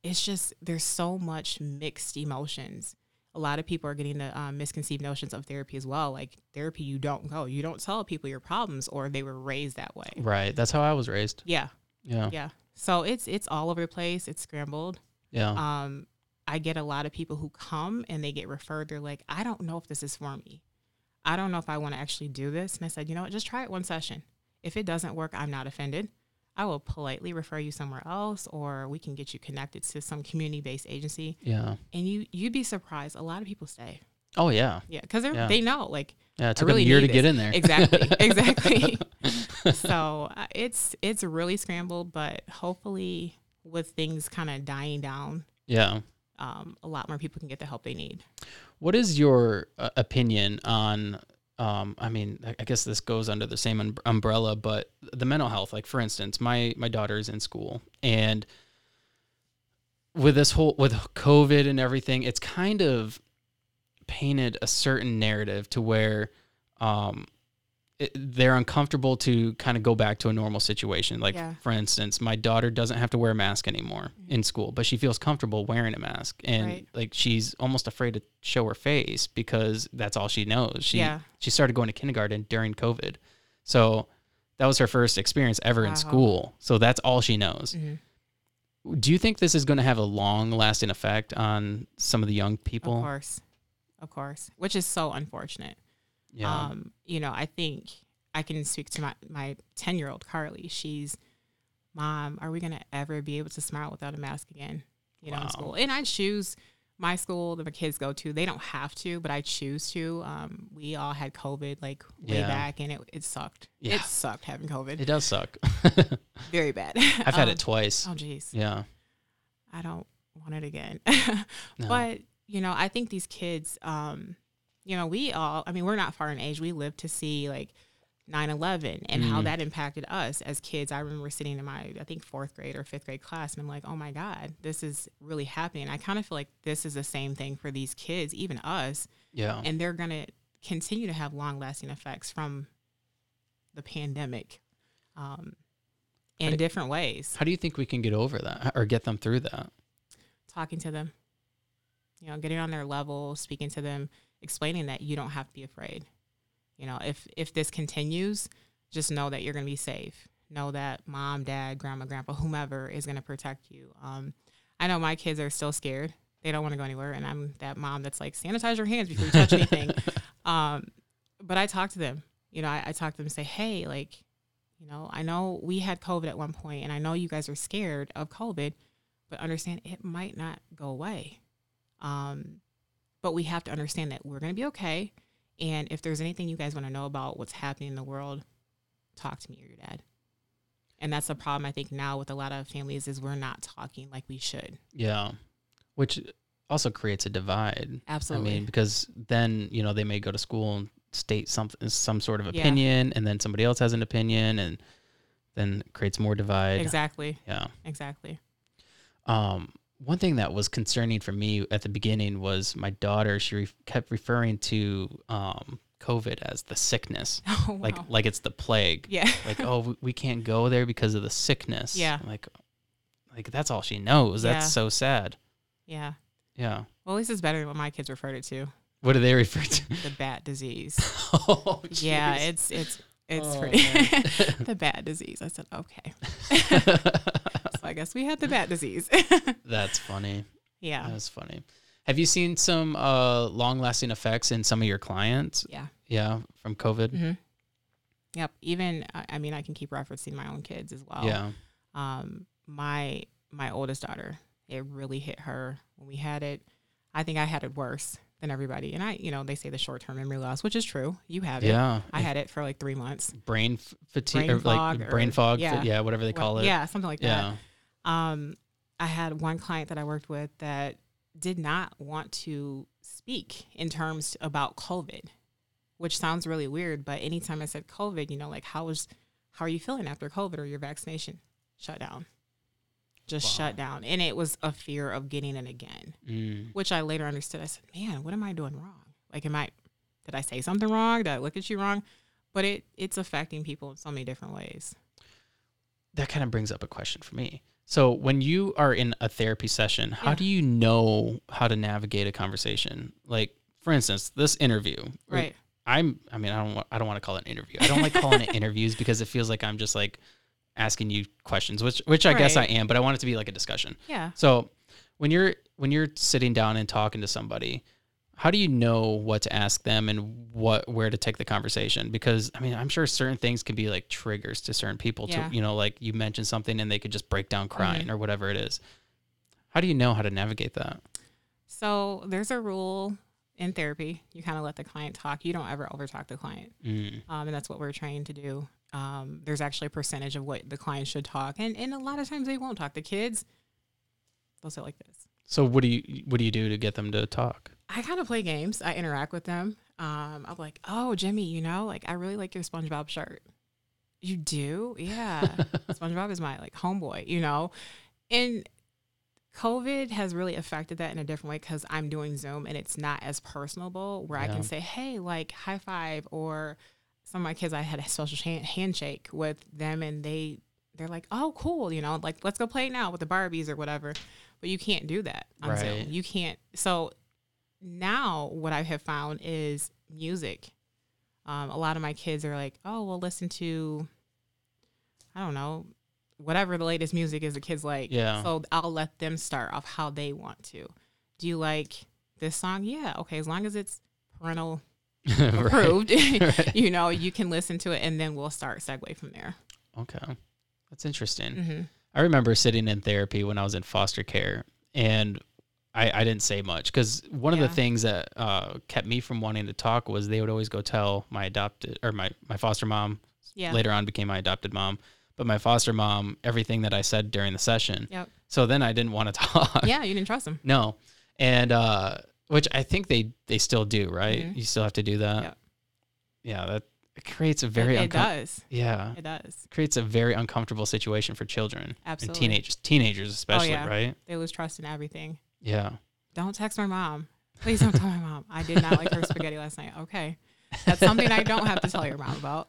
Speaker 2: it's just there's so much mixed emotions. A lot of people are getting the um, misconceived notions of therapy as well. Like therapy, you don't go, you don't tell people your problems, or they were raised that way.
Speaker 1: Right. That's how I was raised.
Speaker 2: Yeah,
Speaker 1: Yeah.
Speaker 2: yeah. So it's it's all over the place. It's scrambled.
Speaker 1: Yeah.
Speaker 2: Um, I get a lot of people who come and they get referred. They're like, I don't know if this is for me. I don't know if I want to actually do this. And I said, you know what? Just try it one session. If it doesn't work, I'm not offended. I will politely refer you somewhere else, or we can get you connected to some community-based agency
Speaker 1: yeah.
Speaker 2: and you you'd be surprised a lot of people stay
Speaker 1: Oh yeah.
Speaker 2: yeah because
Speaker 1: Yeah.
Speaker 2: they know like
Speaker 1: Yeah. It
Speaker 2: I
Speaker 1: took
Speaker 2: really
Speaker 1: a year to
Speaker 2: need
Speaker 1: get
Speaker 2: this.
Speaker 1: in there.
Speaker 2: exactly exactly so uh, it's it's really scrambled but hopefully with things kind of dying down
Speaker 1: Yeah.
Speaker 2: um, a lot more people can get the help they need
Speaker 1: What is your uh, opinion on? Um, I mean, I- I guess this goes under the same um, umbrella, but the mental health. Like, for instance, my my daughter is in school, and with this whole with COVID and everything, it's kind of painted a certain narrative to where um, it, they're uncomfortable to kind of go back to a normal situation. Like,
Speaker 2: Yeah. Mm-hmm.
Speaker 1: for instance, my daughter doesn't have to wear a mask anymore in school, but she feels comfortable wearing a mask, and
Speaker 2: Right.
Speaker 1: like she's almost afraid to show her face because that's all she knows. She
Speaker 2: Yeah.
Speaker 1: she started going to kindergarten during COVID, so that was her first experience ever
Speaker 2: Wow.
Speaker 1: in school. So that's all she knows do you think this is going to have a long lasting effect on some of the young
Speaker 2: of
Speaker 1: people?
Speaker 2: course of course which is so unfortunate
Speaker 1: Yeah.
Speaker 2: Um, you know, I think I can speak to my my ten year old Carly. She's, mom, are we gonna ever be able to smile without a mask again? You know,
Speaker 1: Wow.
Speaker 2: in school. And I choose my school that my kids go to. They don't have to, but I choose to. Um, we all had COVID like way
Speaker 1: Yeah.
Speaker 2: back, and it it sucked.
Speaker 1: Yeah.
Speaker 2: It sucked having COVID.
Speaker 1: it does suck.
Speaker 2: Very bad.
Speaker 1: I've had
Speaker 2: Um,
Speaker 1: it twice.
Speaker 2: Oh jeez,
Speaker 1: yeah.
Speaker 2: I don't want it again.
Speaker 1: No.
Speaker 2: But you know, I think these kids, um, you know, we all, I mean, we're not far in age. We lived to see like 9 11 and how
Speaker 1: Mhm.
Speaker 2: that impacted us as kids. I remember sitting in my, I think, fourth grade or fifth grade class, and I'm like, oh my God, this is really happening. I kind of feel like this is the same thing for these kids, even us,
Speaker 1: yeah.
Speaker 2: and they're going to continue to have long lasting effects from the pandemic um, in
Speaker 1: do-
Speaker 2: different ways.
Speaker 1: How do you think we can get over that or get them through that?
Speaker 2: talking to them, you know, getting on their level, speaking to them, explaining that you don't have to be afraid. You know, if if this continues, just know that you're going to be safe. Know that mom, dad, grandma, grandpa, whomever is going to protect you. Um, I know my kids are still scared. They don't want to go anywhere, and I'm that mom that's like, sanitize your hands before you touch anything. Um, but I talk to them. You know, I, I talk to them and say, hey, like, you know, I know we had COVID at one point, and I know you guys are scared of COVID but understand it might not go away. Um, but we have to understand that we're going to be okay And if there's anything you guys want to know about what's happening in the world, talk to me or your dad. And that's the problem I think now with a lot of families is we're not talking like we should.
Speaker 1: Yeah. Which also creates a divide.
Speaker 2: Absolutely.
Speaker 1: I mean, because then, you know, they may go to school and state something some sort of opinion and then somebody else has an opinion and then it creates more divide.
Speaker 2: Exactly.
Speaker 1: Yeah.
Speaker 2: Exactly.
Speaker 1: Um one thing that was concerning for me at the beginning was my daughter she re- kept referring to um covid as the sickness
Speaker 2: Oh, wow.
Speaker 1: like like it's the plague
Speaker 2: yeah.
Speaker 1: like oh we- we can't go there because of the sickness
Speaker 2: Yeah.
Speaker 1: like like that's all she knows
Speaker 2: Yeah.
Speaker 1: that's so sad
Speaker 2: yeah.
Speaker 1: yeah
Speaker 2: Well, at least it's better than what my kids referred it to,
Speaker 1: what do they refer to
Speaker 2: the bat disease.
Speaker 1: oh
Speaker 2: Yeah,
Speaker 1: jeez.
Speaker 2: it's it's it's
Speaker 1: Oh,
Speaker 2: pretty
Speaker 1: man.
Speaker 2: the bat disease. I said, okay. So I guess we had the bat disease.
Speaker 1: that's funny
Speaker 2: yeah.
Speaker 1: that was funny have you seen some uh long lasting effects in some of your clients
Speaker 2: Yeah.
Speaker 1: yeah from covid
Speaker 2: hmm Yep. Even I I mean, I can keep referencing my own kids as well.
Speaker 1: yeah
Speaker 2: Um, my my oldest daughter, it really hit her when we had it. I think I had it worse than everybody. And I, you know, they say the short term memory loss, which is true. You have it.
Speaker 1: yeah
Speaker 2: I had it for like three months.
Speaker 1: brain f- fatigue
Speaker 2: Brain
Speaker 1: or like
Speaker 2: fog or-
Speaker 1: brain fog
Speaker 2: yeah.
Speaker 1: yeah. whatever they
Speaker 2: What-
Speaker 1: call it
Speaker 2: Yeah, something like that.
Speaker 1: yeah
Speaker 2: um, I had one client that I worked with that did not want to speak in terms about COVID, which sounds really weird. But anytime I said COVID, you know, like how was, how are you feeling after COVID or your vaccination? Shut down, just
Speaker 1: Wow.
Speaker 2: shut down. And it was a fear of getting it again,
Speaker 1: Mm.
Speaker 2: which I later understood. I said, man, what am I doing wrong? Like, am I, did I say something wrong? Did I look at you wrong? But it it's affecting people in so many different ways.
Speaker 1: that kind of brings up a question for me. So when you are in a therapy session, how
Speaker 2: Yeah.
Speaker 1: do you know how to navigate a conversation? Like for instance, this interview. or-
Speaker 2: Right.
Speaker 1: I'm I mean, I don't wa- I don't want to call it an interview. I don't like calling it interviews because it feels like I'm just like asking you questions, which which I guess I
Speaker 2: Right.
Speaker 1: am, but I want it to be like a discussion.
Speaker 2: Yeah.
Speaker 1: So when you're when you're sitting down and talking to somebody, how do you know what to ask them and what where to take the conversation? Because I mean, I'm sure certain things can be like triggers to certain people
Speaker 2: Yeah. Mm-hmm.
Speaker 1: to you know, like you mention something and they could just break down crying or whatever it is. How do you know how to navigate that?
Speaker 2: So there's a rule in therapy. You kind of let the client talk. You don't ever overtalk the client,
Speaker 1: Mm.
Speaker 2: um, and that's what we're trying to do. Um, there's actually a percentage of what the client should talk, and and a lot of times they won't talk. The kids, they'll sit like this.
Speaker 1: So what do you what do you do to get them to talk?
Speaker 2: I kind of play games. I interact with them. Um, I'm like, oh, Jimmy, you know, like I really like your SpongeBob shirt. You do, yeah. SpongeBob is my like homeboy, you know, and COVID has really affected that in a different way because I'm doing Zoom and it's not as personable where I
Speaker 1: Yeah.
Speaker 2: can say, hey, like high five or some of my kids I had a social hand- handshake with them and they they're like, oh, cool, you know, like let's go play now with the Barbies or whatever. But you can't do that on
Speaker 1: Right.
Speaker 2: Zoom. You can't. So now what I have found is music. Um, a lot of my kids are like, oh, well, listen to, I don't know, whatever the latest music is. The kids like,
Speaker 1: Yeah.
Speaker 2: So I'll let them start off how they want to. Do you like this song? Yeah, okay. As long as it's parental
Speaker 1: Right.
Speaker 2: approved,
Speaker 1: Right.
Speaker 2: you know, you can listen to it, and then we'll start segue from there.
Speaker 1: Okay. That's interesting.
Speaker 2: hmm
Speaker 1: I remember sitting in therapy when I was in foster care, and I, I didn't say much because one of
Speaker 2: Yeah.
Speaker 1: the things that uh, kept me from wanting to talk was they would always go tell my adopted or my, my foster mom.
Speaker 2: Yeah.
Speaker 1: Later on, became my adopted mom, but my foster mom everything that I said during the session.
Speaker 2: Yep.
Speaker 1: So then I didn't want to talk.
Speaker 2: Yeah, you didn't trust them.
Speaker 1: No, and uh, which I think they they still do, right?
Speaker 2: Mhm.
Speaker 1: You still have to do that.
Speaker 2: Yep.
Speaker 1: Yeah, that it creates a very
Speaker 2: it, it
Speaker 1: uncom-
Speaker 2: does.
Speaker 1: yeah
Speaker 2: It does.
Speaker 1: creates a very uncomfortable situation for children
Speaker 2: Absolutely. Oh,
Speaker 1: and teenagers, teenagers especially,
Speaker 2: yeah.
Speaker 1: right?
Speaker 2: They lose trust in everything.
Speaker 1: Yeah.
Speaker 2: don't text my mom. Please don't tell my mom. I did not like her spaghetti last night. Okay. That's something I don't have to tell your mom about.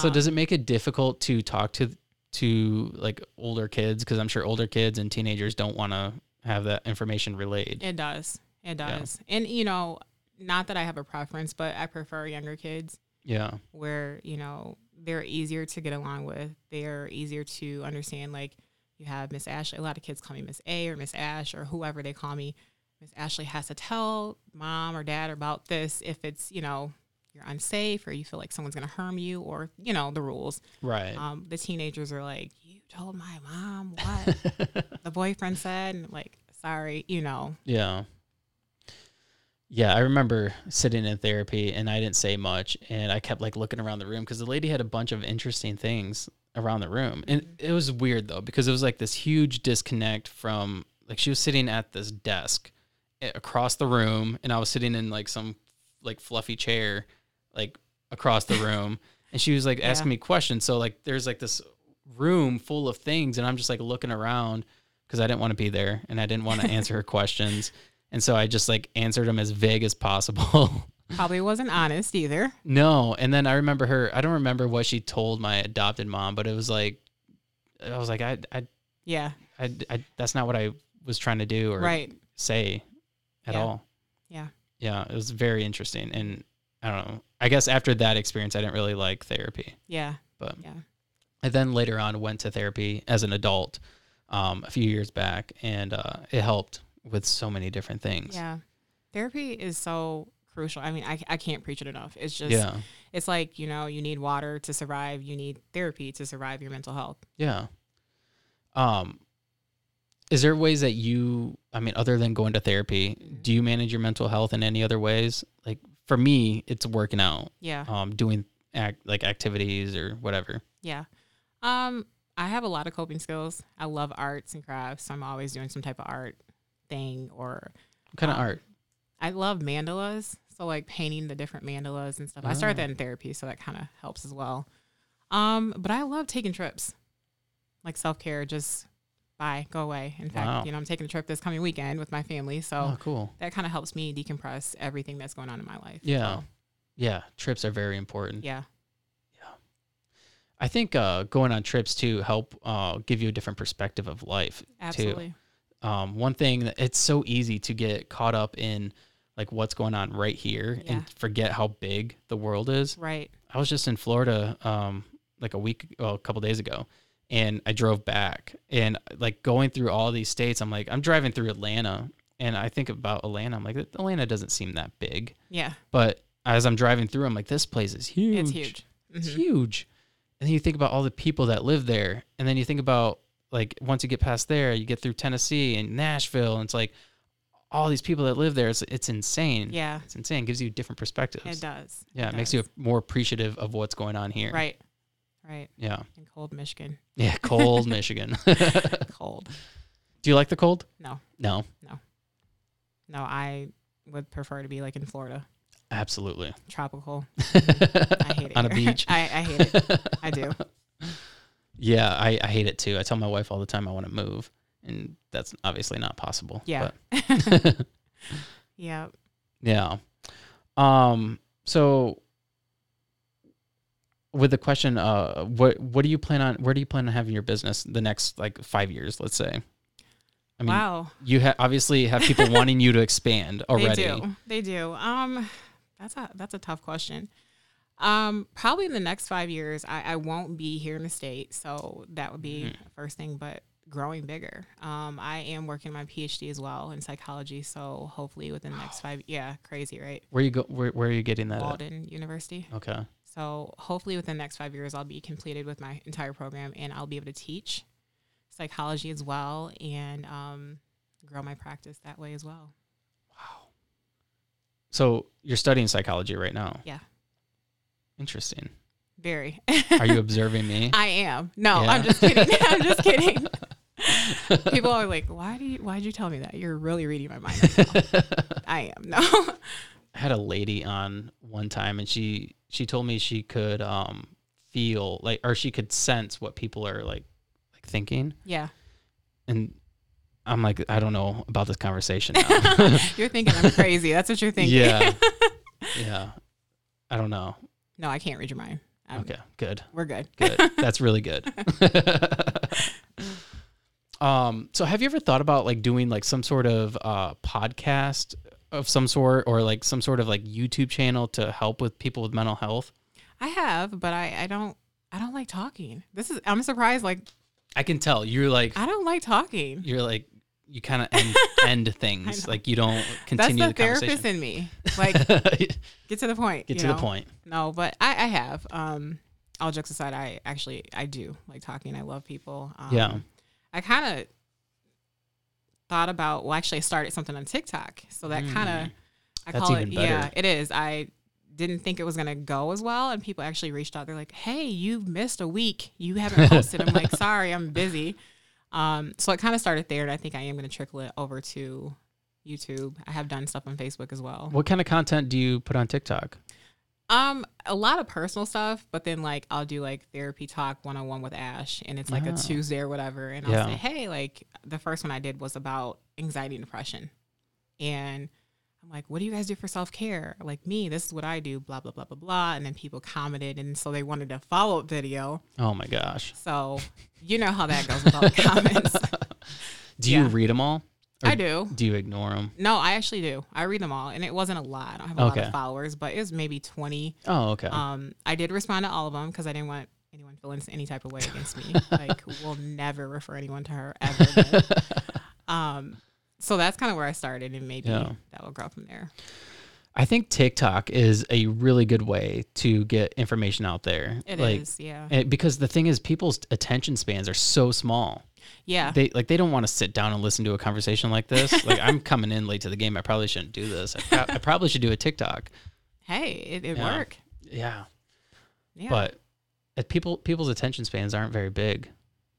Speaker 1: so does it
Speaker 2: Um,
Speaker 1: make it difficult to talk to to like older kids because I'm sure older kids and teenagers don't want to have that information relayed.
Speaker 2: Um, It does. It
Speaker 1: Yeah.
Speaker 2: does. And, you know, not that I have a preference, but I prefer younger kids
Speaker 1: yeah.
Speaker 2: where, you know, they're easier to get along with. They're easier to understand. Like you have Miss Ashley. A lot of kids call me Miss A or Miss Ash or whoever they call me. Miss Ashley has to tell mom or dad about this if it's, you know, you're unsafe or you feel like someone's going to harm you or, you know, the rules.
Speaker 1: Right.
Speaker 2: um, the teenagers are like, "You told my mom what the boyfriend said," and like, "Sorry, you know."
Speaker 1: yeah. Yeah, I remember sitting in therapy and I didn't say much and I kept like looking around the room because the lady had a bunch of interesting things around the room. And it was weird though because it was like this huge disconnect from like she was sitting at this desk a- across the room and I was sitting in like some like fluffy chair like across the room and she was like asking me questions. So like there's like this room full of things and I'm just like looking around because I didn't want to be there and I didn't want to answer her questions. And so I just like answered them as vague as possible.
Speaker 2: Probably wasn't honest either.
Speaker 1: no. And then I remember her, I don't remember what she told my adopted mom, but it was like, I was like, I, I,
Speaker 2: Yeah,
Speaker 1: I, I that's not what I was trying to do or
Speaker 2: right.
Speaker 1: say at
Speaker 2: Yeah.
Speaker 1: all.
Speaker 2: Yeah.
Speaker 1: Yeah. It was very interesting. And I don't know. I guess after that experience, I didn't really like therapy.
Speaker 2: Yeah,
Speaker 1: But
Speaker 2: Yeah.
Speaker 1: I then later on went to therapy as an adult um, a few years back, and uh, it helped with so many different things.
Speaker 2: yeah. Therapy is so crucial. I mean, I, I can't preach it enough. It's just,
Speaker 1: Yeah.
Speaker 2: it's like, you know, you need water to survive, you need therapy to survive your mental health.
Speaker 1: Yeah. Um, is there ways that you, I mean, other than going to therapy, do you manage your mental health in any other ways? Like for me, it's working out,
Speaker 2: Yeah,
Speaker 1: um, doing act like activities or whatever.
Speaker 2: yeah. Um, I have a lot of coping skills. I love arts and crafts. I'm always doing some type of art thing or
Speaker 1: What kind of
Speaker 2: Um,
Speaker 1: art?
Speaker 2: I love mandalas. So like painting the different mandalas and stuff. I started
Speaker 1: Ah.
Speaker 2: that in therapy, so that kind of helps as well. Um, but I love taking trips, like self care. Just bye, go away. In fact,
Speaker 1: Wow.
Speaker 2: you know I'm taking a trip this coming weekend with my family, so
Speaker 1: Oh, cool.
Speaker 2: that kind of helps me decompress everything that's going on in my life.
Speaker 1: Yeah.
Speaker 2: So,
Speaker 1: Yeah. Trips are very important.
Speaker 2: yeah,
Speaker 1: I think uh, going on trips to help uh, give you a different perspective of life.
Speaker 2: absolutely.
Speaker 1: Um, one thing that it's so easy to get caught up in like what's going on right here
Speaker 2: Yeah.
Speaker 1: and forget how big the world is.
Speaker 2: Right.
Speaker 1: I was just in Florida um, like a week, well, a couple days ago, and I drove back and like going through all these states. I'm like, I'm driving through Atlanta, and I think about Atlanta. I'm like, Atlanta doesn't seem that big,
Speaker 2: Yeah,
Speaker 1: but as I'm driving through, I'm like, this place is huge.
Speaker 2: it's huge.
Speaker 1: It's
Speaker 2: Mhm.
Speaker 1: huge. And then you think about all the people that live there. And then you think about like once you get past there, you get through Tennessee and Nashville, and it's like all these people that live there. It's it's insane.
Speaker 2: Yeah,
Speaker 1: It's insane. It gives you different perspectives.
Speaker 2: it does.
Speaker 1: yeah, it, makes you
Speaker 2: does.
Speaker 1: more appreciative of what's going on here.
Speaker 2: Right. Right.
Speaker 1: Yeah.
Speaker 2: In cold Michigan.
Speaker 1: Yeah. Cold Michigan. Do
Speaker 2: Cold.
Speaker 1: you like the cold?
Speaker 2: No.
Speaker 1: No.
Speaker 2: No, I would prefer to be like in Florida,
Speaker 1: Absolutely.
Speaker 2: tropical. I
Speaker 1: I
Speaker 2: hate it.
Speaker 1: On a
Speaker 2: here.
Speaker 1: beach.
Speaker 2: I, I hate it. I do.
Speaker 1: yeah, I, I hate it too. I tell my wife all the time I want to move, and that's obviously not possible.
Speaker 2: Yeah.
Speaker 1: but-
Speaker 2: yeah.
Speaker 1: Yeah. Um. So, with the question, uh, what what do you plan on? Where do you plan on having your business the next like five years? Let's say. I mean,
Speaker 2: wow.
Speaker 1: you ha- obviously have people wanting you to expand already.
Speaker 2: They do. They do. Um, that's a that's a tough question. Um, probably in the next five years, I, I won't be here in the state, so that would be
Speaker 1: Mm-hmm.
Speaker 2: the first thing. But growing bigger. Um, I am working my PhD as well in psychology, so hopefully within the
Speaker 1: Oh.
Speaker 2: next five. Yeah, crazy, right?
Speaker 1: Where you go? Where, where are you getting that? At?
Speaker 2: Walden University.
Speaker 1: Okay.
Speaker 2: So hopefully within the next five years, I'll be completed with my entire program and I'll be able to teach psychology as well and um, grow my practice that way as well.
Speaker 1: Wow. So you're studying psychology right now.
Speaker 2: Yeah.
Speaker 1: Interesting.
Speaker 2: Very.
Speaker 1: Are you observing me?
Speaker 2: I am. No,
Speaker 1: Yeah.
Speaker 2: I'm just kidding. I'm just kidding. People are like, why do you, why'd you tell me that? You're really reading my mind. I am. No.
Speaker 1: I had a lady on one time and she she told me she could um feel like or she could sense what people are like like thinking
Speaker 2: yeah.
Speaker 1: and I'm like I don't know about this conversation now.
Speaker 2: You're thinking I'm crazy. That's what you're thinking.
Speaker 1: yeah. Yeah. I don't know.
Speaker 2: No, I can't read your mind. Um,
Speaker 1: Okay. Good.
Speaker 2: We're good.
Speaker 1: Good. That's really good. um so have you ever thought about like doing like some sort of uh podcast of some sort or like some sort of like YouTube channel to help with people with mental health?
Speaker 2: I have, but I, I don't, I don't like talking. This is, I'm surprised. Like,
Speaker 1: I can tell you're like
Speaker 2: I don't like talking.
Speaker 1: you're like you kind of end, end things
Speaker 2: know.
Speaker 1: like you don't
Speaker 2: That's
Speaker 1: continue
Speaker 2: the,
Speaker 1: the,
Speaker 2: therapist
Speaker 1: conversation
Speaker 2: in me. Like, get to the point.
Speaker 1: get
Speaker 2: you
Speaker 1: to the
Speaker 2: know?
Speaker 1: point
Speaker 2: No, but I, I have. Um, all jokes aside, I actually I do like talking. I love people. Um,
Speaker 1: Yeah.
Speaker 2: I kind of thought about. Well, actually, I started something on TikTok, so that kind of I
Speaker 1: Mm. That's
Speaker 2: call
Speaker 1: even
Speaker 2: it
Speaker 1: better.
Speaker 2: yeah, it is. I didn't think it was gonna go as well, and people actually reached out. They're like, "Hey, you've missed a week. You haven't posted." I'm like, "Sorry, I'm busy." Um, so it kind of started there, and I think I am gonna trickle it over to YouTube. I have done stuff on Facebook as well.
Speaker 1: What kind of content do you put on TikTok?
Speaker 2: Um, a lot of personal stuff, but then like I'll do like therapy talk one on one with Ash, and it's like
Speaker 1: Oh.
Speaker 2: a Tuesday or whatever, and
Speaker 1: Yeah.
Speaker 2: I'll say, hey, like the first one I did was about anxiety and depression, and I'm like, what do you guys do for self care? Like me, this is what I do, blah blah blah blah blah, and then people commented, and so they wanted a follow up video,
Speaker 1: Oh my gosh.
Speaker 2: so you know how that goes with all the comments.
Speaker 1: Do you
Speaker 2: Yeah.
Speaker 1: read them all? Or
Speaker 2: I do.
Speaker 1: Do you ignore them?
Speaker 2: No, I actually do. I read them all, and it wasn't a lot. I don't have a lot
Speaker 1: Okay.
Speaker 2: of followers, but it was maybe twenty.
Speaker 1: Oh, okay.
Speaker 2: Um, I did respond to all of them because I didn't want anyone feeling any type of way against me. like, we'll never refer anyone to her ever. again. um, so that's kind of where I started, and maybe
Speaker 1: Yeah.
Speaker 2: that will grow from there.
Speaker 1: I think TikTok is a really good way to get information out there.
Speaker 2: It is,
Speaker 1: like,
Speaker 2: yeah,
Speaker 1: it- because the thing is, people's attention spans are so small.
Speaker 2: yeah.
Speaker 1: They like they don't want to sit down and listen to a conversation like this. like I'm coming in late to the game. I probably shouldn't do this. I, pro- I probably should do a TikTok.
Speaker 2: hey, it, it
Speaker 1: Yeah.
Speaker 2: worked.
Speaker 1: Yeah,
Speaker 2: Yeah,
Speaker 1: but uh, people people's attention spans aren't very big.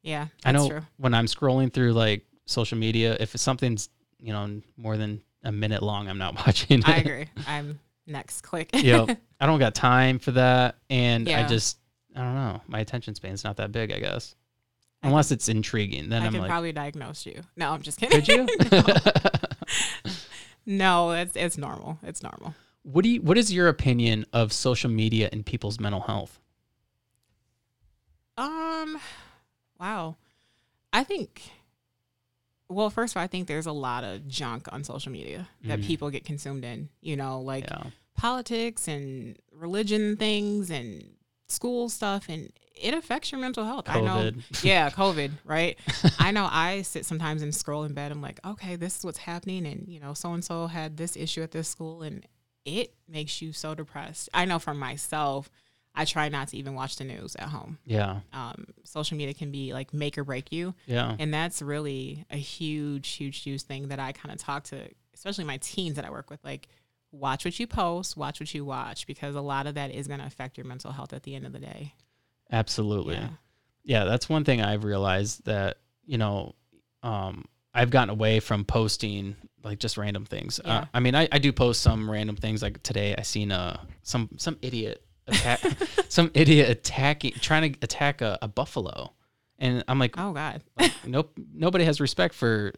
Speaker 2: yeah, that's
Speaker 1: I know
Speaker 2: true.
Speaker 1: when I'm scrolling through like social media, if something's you know more than a minute long, I'm not watching. It.
Speaker 2: I agree. I'm next. Click.
Speaker 1: yep. I don't got time for that. And I
Speaker 2: Yeah.
Speaker 1: just, I don't know. My attention span's not that big, I guess. Unless it's intriguing. Then
Speaker 2: I
Speaker 1: I'm
Speaker 2: can
Speaker 1: like,
Speaker 2: probably diagnose you. No, I'm just kidding.
Speaker 1: could you?
Speaker 2: no, it's it's normal. It's normal.
Speaker 1: what do you, what is your opinion of social media and people's mental health?
Speaker 2: Um, wow. I think. Well, first of all, I think there's a lot of junk on social media that
Speaker 1: Mhm.
Speaker 2: people get consumed in. You know, like
Speaker 1: Yeah.
Speaker 2: politics and religion things and school stuff, and it affects your mental health. I know.
Speaker 1: COVID.
Speaker 2: Yeah, COVID, right? I know I sit sometimes and scroll in bed. I'm like, okay, this is what's happening, and you know, so and so had this issue at this school, and it makes you so depressed. I know for myself, I try not to even watch the news at home
Speaker 1: Yeah.
Speaker 2: um, social media can be like make or break you.
Speaker 1: Yeah.
Speaker 2: And that's really a huge, huge, huge thing that I kind of talk to, especially my teens that I work with. Like, watch what you post, watch what you watch, because a lot of that is going to affect your mental health at the end of the day.
Speaker 1: Absolutely.
Speaker 2: Yeah.
Speaker 1: yeah that's one thing i've realized that you know um i've gotten away from posting like just random things uh,
Speaker 2: Yeah.
Speaker 1: i mean I, I do post some random things like today i seen uh some some idiot attack some idiot attacking trying to attack a, a buffalo and i'm like
Speaker 2: Oh, God.
Speaker 1: nope nobody has respect for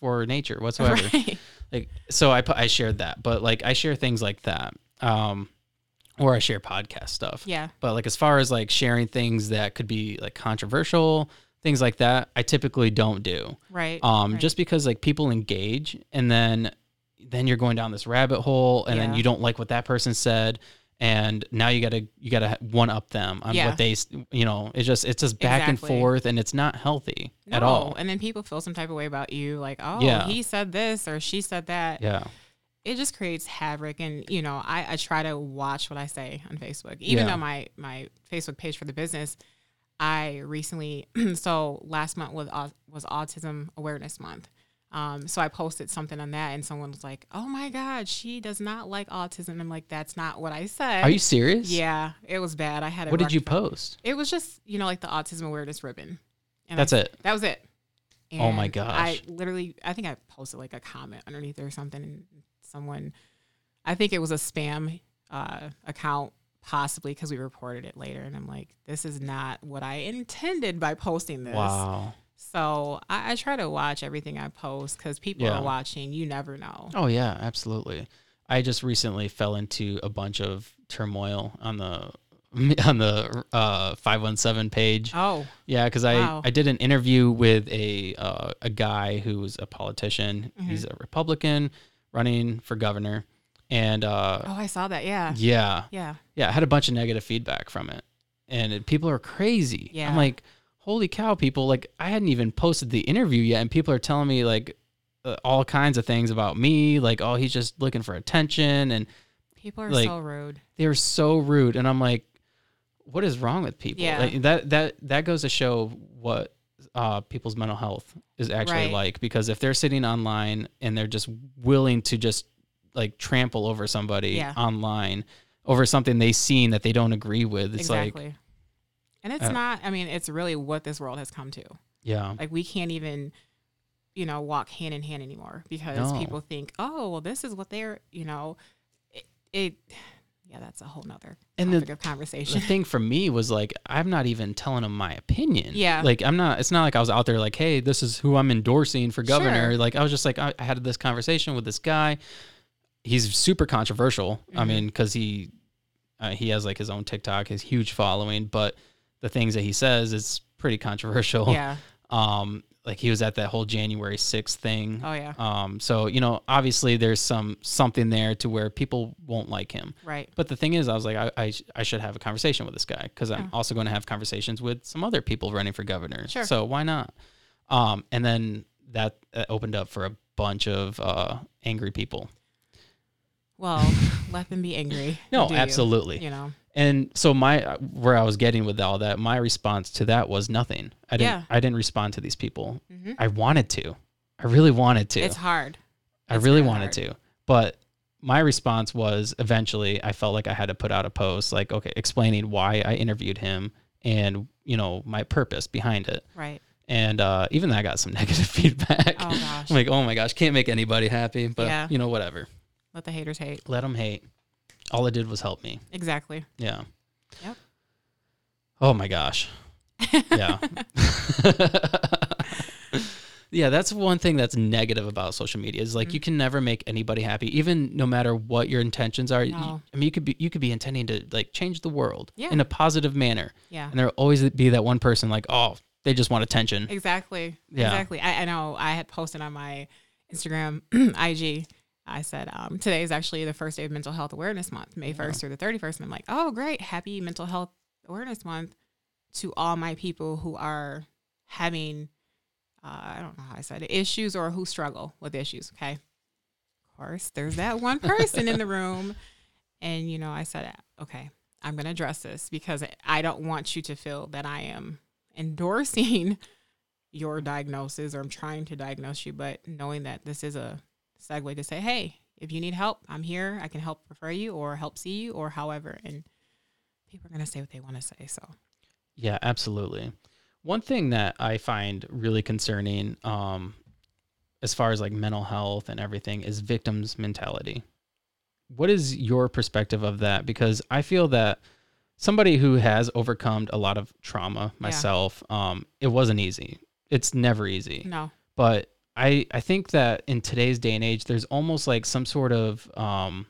Speaker 1: for nature whatsoever
Speaker 2: Right.
Speaker 1: like so i pu- i shared that but like i share things like that um or i share podcast stuff
Speaker 2: Yeah.
Speaker 1: but like as far as like sharing things that could be like controversial things like that i typically don't do
Speaker 2: Right.
Speaker 1: um
Speaker 2: right.
Speaker 1: just because like people engage and then then you're going down this rabbit hole and then
Speaker 2: Yeah.
Speaker 1: you don't like what that person said and now you gotta you gotta one up them on
Speaker 2: Yeah.
Speaker 1: what they s- you know it's just it's just back
Speaker 2: Exactly.
Speaker 1: and forth and it's not healthy at
Speaker 2: No.
Speaker 1: all
Speaker 2: And then people feel some type of way about you, like, oh,
Speaker 1: Yeah.
Speaker 2: he said this or she said that.
Speaker 1: yeah
Speaker 2: it just creates havoc and you know i, I try to watch what i say on facebook even
Speaker 1: Yeah.
Speaker 2: though my my facebook page for the business i recently so last month was au- was autism awareness month um, so i posted something on that and someone was like oh my god she does not like autism i'm like that's not what i said
Speaker 1: are you serious
Speaker 2: yeah it was bad i had it
Speaker 1: what did
Speaker 2: rec-
Speaker 1: you post
Speaker 2: it was just you know like the autism awareness ribbon and I
Speaker 1: that's it
Speaker 2: that was it.
Speaker 1: Oh my
Speaker 2: And
Speaker 1: gosh.
Speaker 2: I literally, I think I posted like a comment underneath or something, and someone, I think it was a spam uh, account, possibly because we reported it later. And I'm like, this is not what I intended by posting this.
Speaker 1: wow
Speaker 2: So I, I try to watch everything I post because people
Speaker 1: Yeah.
Speaker 2: are watching. You never know.
Speaker 1: Oh yeah, absolutely. I just recently fell into a bunch of turmoil on the on the uh, 517 page.
Speaker 2: Oh,
Speaker 1: Yeah, because I,
Speaker 2: wow.
Speaker 1: I did an interview with a uh, a guy who was a politician. He's
Speaker 2: Mm-hmm.
Speaker 1: a Republican running for governor, and uh,
Speaker 2: oh, I saw that. Yeah.
Speaker 1: yeah,
Speaker 2: Yeah.
Speaker 1: yeah, I had a bunch of negative feedback from it, and it, people are crazy. I'm
Speaker 2: Yeah.
Speaker 1: like, holy cow, people! Like, I hadn't even posted the interview yet, and people are telling me like uh, all kinds of things about me, like, oh, he's just looking for attention, and
Speaker 2: People are
Speaker 1: Like-
Speaker 2: so rude.
Speaker 1: they're so rude, and I'm like, what is wrong with people?
Speaker 2: Yeah.
Speaker 1: Like, that that that goes to show what uh, people's mental health is actually
Speaker 2: Right.
Speaker 1: like, because if they're sitting online and they're just willing to just like trample over somebody
Speaker 2: Yeah.
Speaker 1: online over something they've seen that they don't agree with. It's
Speaker 2: exactly.
Speaker 1: like,
Speaker 2: and it's
Speaker 1: uh,
Speaker 2: not. I mean, it's really what this world has come to.
Speaker 1: yeah,
Speaker 2: Like we can't even, you know, walk hand in hand anymore because
Speaker 1: No.
Speaker 2: people think, oh, well, this is what they're, you know, it. it yeah, that's a whole nother
Speaker 1: And the-
Speaker 2: topic of
Speaker 1: the
Speaker 2: conversation.
Speaker 1: thing for me was like, I'm not even telling them my opinion.
Speaker 2: Yeah.
Speaker 1: Like, I'm not, it's not like I was out there like, hey, this is who I'm endorsing for governor.
Speaker 2: Sure.
Speaker 1: Like, I was just like, I, I had this conversation with this guy. He's super controversial. I
Speaker 2: Mhm.
Speaker 1: mean, because he, uh, he has like his own TikTok, his huge following, but the things that he says, it's pretty controversial.
Speaker 2: yeah.
Speaker 1: Um, like he was at that whole January 6th thing.
Speaker 2: Oh yeah.
Speaker 1: Um, so you know, obviously there's some something there to where people won't like him.
Speaker 2: Right.
Speaker 1: But the thing is, I was like, I, I, sh- I should have a conversation with this guy because I'm
Speaker 2: Yeah.
Speaker 1: also going to have conversations with some other people running for governor.
Speaker 2: Sure.
Speaker 1: So why not? Um, and then that uh, opened up for a bunch of uh, angry people.
Speaker 2: Well, let them be angry.
Speaker 1: No,
Speaker 2: Do you,
Speaker 1: absolutely.
Speaker 2: You know.
Speaker 1: And so my uh, where I was getting with all that, my response to that was nothing. I didn't
Speaker 2: Yeah.
Speaker 1: I didn't respond to these people.
Speaker 2: Mhm.
Speaker 1: I wanted to. I really wanted to.
Speaker 2: It's hard.
Speaker 1: I
Speaker 2: It's
Speaker 1: really
Speaker 2: kinda
Speaker 1: wanted to, but my response was eventually I felt like I had to put out a post like okay explaining why I interviewed him and you know my purpose behind it.
Speaker 2: Right.
Speaker 1: And uh, even though I got some negative feedback,
Speaker 2: Oh, gosh.
Speaker 1: I'm like oh my gosh, can't make anybody happy, but
Speaker 2: Yeah.
Speaker 1: you know whatever,
Speaker 2: Let the haters hate.
Speaker 1: let them hate. All it did was help me.
Speaker 2: Exactly.
Speaker 1: Yeah.
Speaker 2: Yep.
Speaker 1: Oh my gosh. Yeah. yeah, that's one thing that's negative about social media is like
Speaker 2: Mm.
Speaker 1: you can never make anybody happy, even no matter what your intentions are. You-
Speaker 2: No.
Speaker 1: I mean, you could be you could be intending to like change the world
Speaker 2: Yeah.
Speaker 1: in a positive manner,
Speaker 2: Yeah.
Speaker 1: and there'll always be that one person like, oh, they just want attention.
Speaker 2: Exactly.
Speaker 1: Yeah.
Speaker 2: Exactly. I, I know I had posted on my Instagram IG. I said, um, today is actually the first day of mental health awareness month, May 1st through the 31st. And I'm like, oh, great. Happy mental health awareness month to all my people who are having, uh, I don't know how I said it, issues or who struggle with issues. Okay. Of course, there's that one person in the room. And, you know, I said, okay, I'm going to address this because I don't want you to feel that I am endorsing your diagnosis or I'm trying to diagnose you, but knowing that this is a segue to say, hey, if you need help, I'm here. I can help refer you or help see you or however. And people are going to say what they want to say. So,
Speaker 1: Yeah, absolutely. One thing that I find really concerning, um, as far as like mental health and everything, is victims' mentality. What is your perspective of that? Because I feel that somebody who has overcome a lot of trauma, myself, um, it wasn't easy. It's never easy
Speaker 2: no,
Speaker 1: but I I think that in today's day and age, there's almost like some sort of um,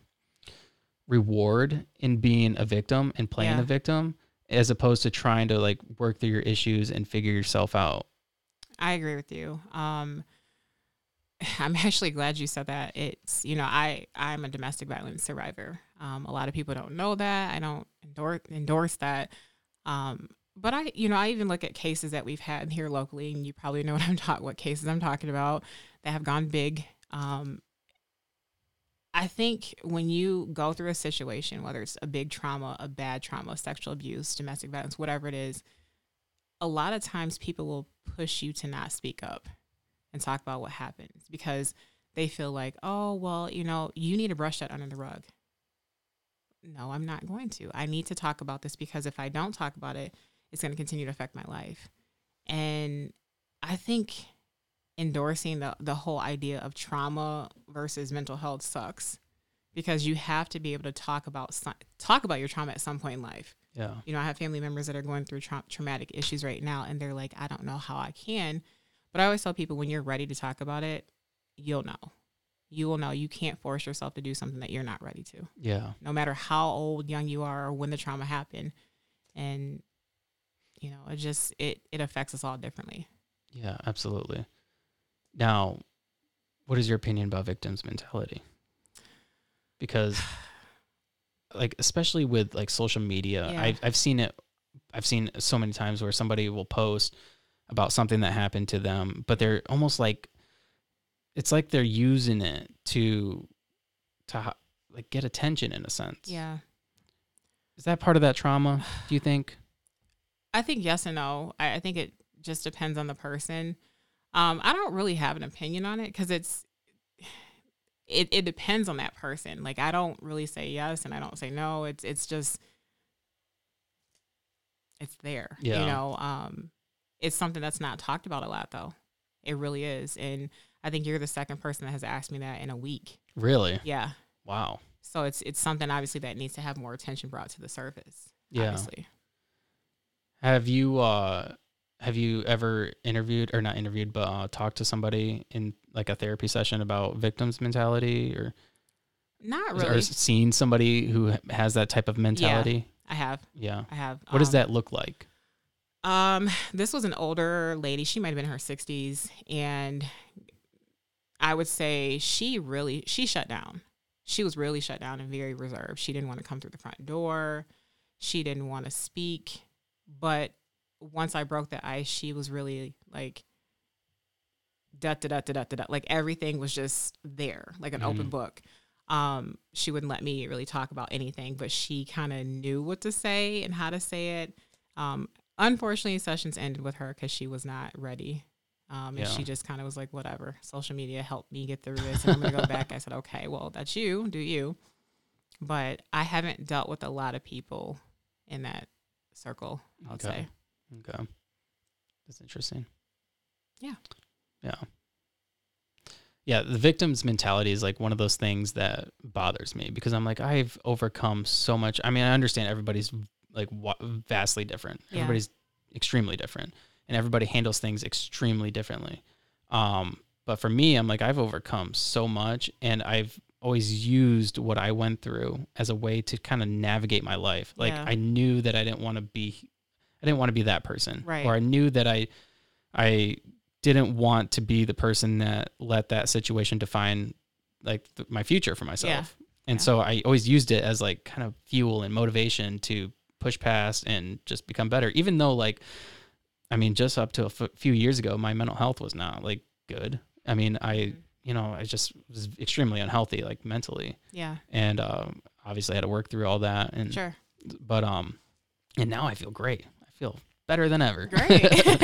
Speaker 1: reward in being a victim and playing
Speaker 2: Yeah.
Speaker 1: the victim, as opposed to trying to like work through your issues and figure yourself out.
Speaker 2: I agree with you. Um, I'm actually glad you said that. It's you know I I'm a domestic violence survivor. Um, a lot of people don't know that. I don't endorse endorse that. Um, but I you know I even look at cases that we've had here locally, and you probably know what I'm talking what cases I'm talking about that have gone big. Um, I think when you go through a situation, whether it's a big trauma, a bad trauma, sexual abuse, domestic violence, whatever it is, a lot of times people will push you to not speak up and talk about what happens because they feel like, oh, well, you know, you need to brush that under the rug. No, I'm not going to. I need to talk about this because if I don't talk about it, it's going to continue to affect my life. And I think endorsing the, the whole idea of trauma versus mental health sucks because you have to be able to talk about so- talk about your trauma at some point in life
Speaker 1: Yeah,
Speaker 2: you know, I have family members that are going through trau- traumatic issues right now, and they're like, I don't know how I can. But I always tell people when you're ready to talk about it, you'll know. You will know. You can't force yourself to do something that you're not ready to,
Speaker 1: yeah,
Speaker 2: no matter how old, young you are, or when the trauma happened. And, you know, it just, it, it affects us all differently.
Speaker 1: yeah, absolutely. Now, what is your opinion about victims' mentality? Because, like, especially with like social media,
Speaker 2: Yeah.
Speaker 1: I've I've seen it. I've seen so many times where somebody will post about something that happened to them, but they're almost like it's like they're using it to to ho- like get attention in a sense.
Speaker 2: Yeah.
Speaker 1: Is that part of that trauma? Do you think?
Speaker 2: I think yes and no. I, I think it just depends on the person. Um, I don't really have an opinion on it because it's it, it depends on that person. Like I don't really say yes and I don't say no. It's it's just it's there.
Speaker 1: Yeah.
Speaker 2: You know, um it's something that's not talked about a lot though. It really is. And I think you're the second person that has asked me that in a week.
Speaker 1: Really?
Speaker 2: Yeah.
Speaker 1: Wow.
Speaker 2: So it's it's something obviously that needs to have more attention brought to the surface.
Speaker 1: Yeah.
Speaker 2: Obviously.
Speaker 1: Have you uh have you ever interviewed or not interviewed but uh, talked to somebody in like a therapy session about victims mentality or
Speaker 2: Not
Speaker 1: or
Speaker 2: really.
Speaker 1: seen somebody who has that type of mentality?
Speaker 2: I have.
Speaker 1: Yeah.
Speaker 2: I have.
Speaker 1: What does
Speaker 2: um,
Speaker 1: that look like?
Speaker 2: Um, this was an older lady. She might have been in her 60s, and I would say she really she shut down. She was really shut down and very reserved. She didn't want to come through the front door. She didn't want to speak. But once I broke the ice, she was really like da da da da da da. da. Like everything was just there, like an open
Speaker 1: Mhm.
Speaker 2: book. Um, she wouldn't let me really talk about anything, but she kind of knew what to say and how to say it. Um, unfortunately, sessions ended with her because she was not ready. Um, and
Speaker 1: Yeah.
Speaker 2: she just kind of was like, whatever, social media helped me get through this. And I'm going to go back. I said, okay, well, that's you. Do you? But I haven't dealt with a lot of people in that circle, I would
Speaker 1: Okay.
Speaker 2: say.
Speaker 1: Okay. That's interesting.
Speaker 2: Yeah.
Speaker 1: Yeah. Yeah, the victim's mentality is like one of those things that bothers me because I'm like I've overcome so much. I mean, I understand everybody's like wa- vastly different.
Speaker 2: Yeah.
Speaker 1: Everybody's extremely different and everybody handles things extremely differently. Um, but for me, I'm like I've overcome so much and I've always used what I went through as a way to kind of navigate my life. Like
Speaker 2: Yeah.
Speaker 1: I knew that I didn't want to be I didn't want to be that person.
Speaker 2: Right.
Speaker 1: Or I knew that I I didn't want to be the person that let that situation define like th- my future for myself. And
Speaker 2: Yeah.
Speaker 1: so I always used it as like kind of fuel and motivation to push past and just become better. Even though like I mean just up to a f- few years ago my mental health was not like good. I mean I
Speaker 2: Mhm.
Speaker 1: you know I just was extremely unhealthy like mentally
Speaker 2: Yeah,
Speaker 1: and um obviously I had to work through all that and
Speaker 2: sure.
Speaker 1: but um and now i feel great i feel better than ever
Speaker 2: Great.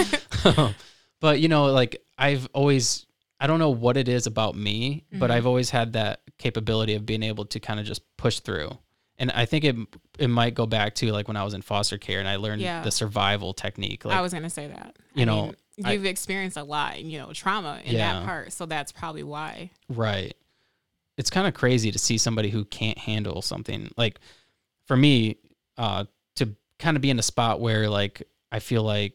Speaker 1: but you know like i've always i don't know what it is about me but
Speaker 2: Mhm.
Speaker 1: i've always had that capability of being able to kind of just push through and i think it it might go back to like when i was in foster care and i learned
Speaker 2: Yeah.
Speaker 1: the survival technique like
Speaker 2: I was going to say that.
Speaker 1: you know, I-
Speaker 2: you've experienced a lot, you know, trauma in
Speaker 1: Yeah.
Speaker 2: that part. So that's probably why.
Speaker 1: Right. It's kind of crazy to see somebody who can't handle something. Like for me, uh, to kind of be in a spot where like I feel like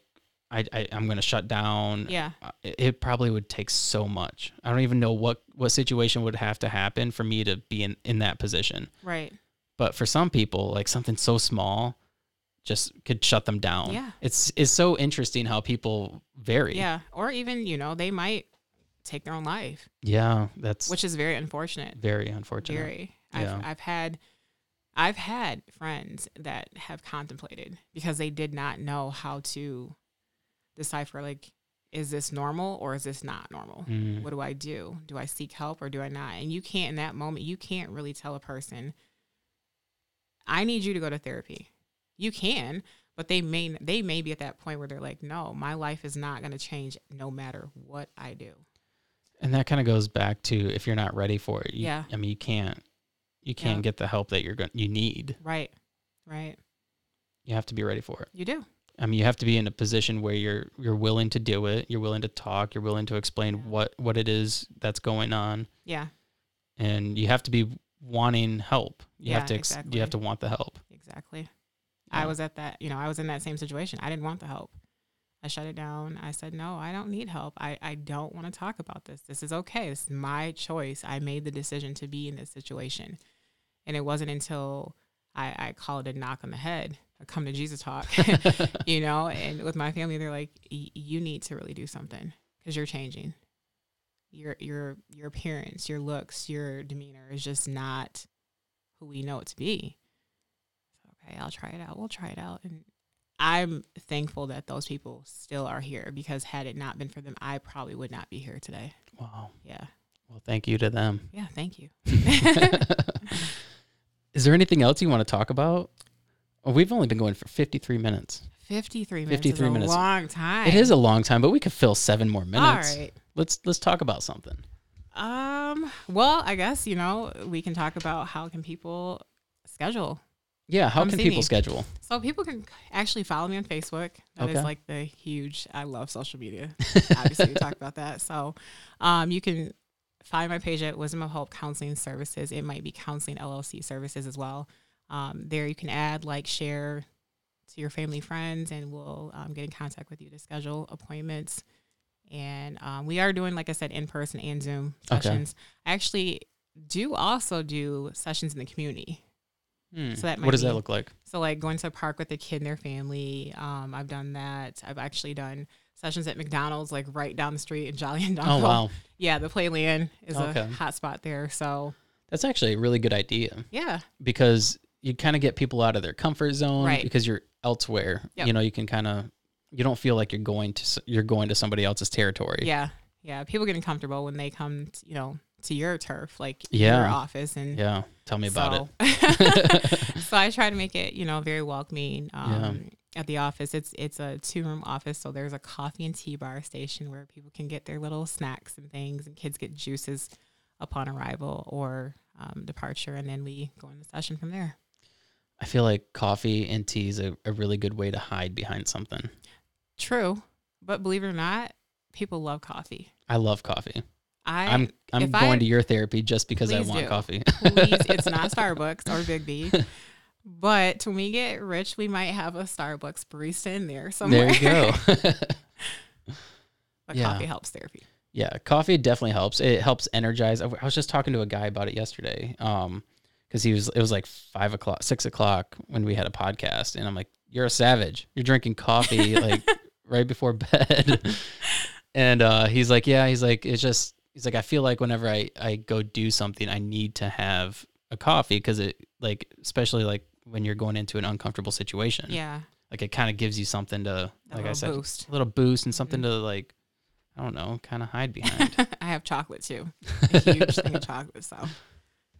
Speaker 1: I, I I'm gonna shut down.
Speaker 2: Yeah.
Speaker 1: uh, It, it probably would take so much. I don't even know what what situation would have to happen for me to be in in that position.
Speaker 2: Right.
Speaker 1: But for some people, like something so small just could shut them down.
Speaker 2: Yeah.
Speaker 1: It's it's so interesting how people vary.
Speaker 2: Yeah. Or even, you know, they might take their own life,
Speaker 1: Yeah. That's
Speaker 2: which is very unfortunate.
Speaker 1: very unfortunate.
Speaker 2: Very.
Speaker 1: Yeah.
Speaker 2: I've, I've had. I've had friends that have contemplated because they did not know how to decipher like, is this normal or is this not normal?
Speaker 1: Mm.
Speaker 2: what do I do? Do I seek help or do I not? And you can't in that moment, you can't really tell a person, I need you to go to therapy. You can, but they may they may be at that point where they're like, no, my life is not going to change no matter what I do.
Speaker 1: And that kind of goes back to if you're not ready for it. you-
Speaker 2: Yeah.
Speaker 1: I mean, you can't you can't
Speaker 2: Yeah.
Speaker 1: get the help that you're going you need.
Speaker 2: Right. Right.
Speaker 1: You have to be ready for it.
Speaker 2: You do.
Speaker 1: I mean, you have to be in a position where you're you're willing to do it, you're willing to talk, you're willing to explain
Speaker 2: Yeah.
Speaker 1: what what it is that's going on
Speaker 2: Yeah,
Speaker 1: and you have to be wanting help. You have
Speaker 2: Yeah,
Speaker 1: to ex- you have
Speaker 2: exactly.
Speaker 1: to want the help.
Speaker 2: exactly.
Speaker 1: Yeah.
Speaker 2: I was at that, you know, I was in that same situation. I didn't want the help. I shut it down. I said, no, I don't need help. I, I don't want to talk about this. This is okay. This is my choice. I made the decision to be in this situation. And it wasn't until I, I call it a knock on the head, a come to Jesus talk, you know, and with my family, they're like, "Y- you need to really do something because you're changing. Your, your, your appearance, your looks, your demeanor is just not who we know it to be. Okay, I'll try it out. We'll try it out. And I'm thankful that those people still are here because had it not been for them, I probably would not be here today.
Speaker 1: Wow.
Speaker 2: Yeah.
Speaker 1: Well, thank you to them.
Speaker 2: Yeah. Thank you.
Speaker 1: is there anything else you want to talk about? Oh, we've only been going for 53 minutes.
Speaker 2: 53 minutes.
Speaker 1: 53
Speaker 2: 53 is a
Speaker 1: minutes.
Speaker 2: long time.
Speaker 1: It is a long time, but we could fill 7 more minutes.
Speaker 2: All right.
Speaker 1: Let's let's talk about something.
Speaker 2: Um, well, I guess, you know, we can talk about how can people schedule.
Speaker 1: Yeah, how
Speaker 2: Come
Speaker 1: can
Speaker 2: see
Speaker 1: people
Speaker 2: me.
Speaker 1: schedule?
Speaker 2: So people can actually follow me on Facebook. That is
Speaker 1: Okay.
Speaker 2: like the huge I love social media. Obviously we talked about that. So um you can find my page at Wisdom of Hope Counseling Services. It might be counseling LLC services as well. Um, there you can add, like, share to your family friends and we'll um, get in contact with you to schedule appointments. And um, we are doing, like I said, in person and Zoom
Speaker 1: Okay.
Speaker 2: sessions. I actually do also do sessions in the community.
Speaker 1: Hmm.
Speaker 2: So that
Speaker 1: what
Speaker 2: might
Speaker 1: does that
Speaker 2: be-
Speaker 1: look like?
Speaker 2: So like going to a park with a kid and their family. Um, I've done that. I've actually done sessions at McDonald's, like right down the street in Jolly and
Speaker 1: Oh
Speaker 2: Donald.
Speaker 1: wow,
Speaker 2: Yeah, the Playland is
Speaker 1: Okay.
Speaker 2: a hot spot there. So
Speaker 1: that's actually a really good idea
Speaker 2: yeah,
Speaker 1: because you kind of get people out of their comfort zone
Speaker 2: Right.
Speaker 1: because you're elsewhere.
Speaker 2: Yep.
Speaker 1: You know, you can kind of you don't feel like you're going to s- you're going to somebody else's territory.
Speaker 2: yeah, yeah. People getting comfortable when they come, t- you know, to your turf, like your
Speaker 1: Yeah.
Speaker 2: office, and
Speaker 1: Yeah. Tell me about it.
Speaker 2: so, so I try to make it, you know, very welcoming. Um, At the office, it's it's a two room office, so there's a coffee and tea bar station where people can get their little snacks and things, and kids get juices upon arrival or um, departure, and then we go in the session from there.
Speaker 1: I feel like coffee and tea is a, a really good way to hide behind something.
Speaker 2: True, but believe it or not, people love coffee.
Speaker 1: I love coffee.
Speaker 2: I
Speaker 1: I, am I'm
Speaker 2: if
Speaker 1: going
Speaker 2: I-
Speaker 1: to your therapy just because I
Speaker 2: Please
Speaker 1: want
Speaker 2: do.
Speaker 1: coffee.
Speaker 2: please, it's not Starbucks or Big B. But when we get rich, we might have a Starbucks barista in there somewhere.
Speaker 1: there you go.
Speaker 2: but
Speaker 1: Yeah.
Speaker 2: coffee helps therapy.
Speaker 1: yeah, coffee definitely helps. It helps energize. I w- I was just talking to a guy about it yesterday. Um, because he was it was like five o'clock, six o'clock when we had a podcast, and I'm like, "You're a savage. You're drinking coffee like right before bed." and uh, he's like, "Yeah." He's like, "It's just." He's like, "I feel like whenever I I go do something, I need to have a coffee because it like especially like when you're going into an uncomfortable situation.
Speaker 2: Yeah.
Speaker 1: like it kind of gives you something to
Speaker 2: A
Speaker 1: like I
Speaker 2: little
Speaker 1: said,
Speaker 2: Oh, boost.
Speaker 1: a little boost and something to like I don't know, kind of hide behind.
Speaker 2: I have chocolate too. A huge thing of chocolate. So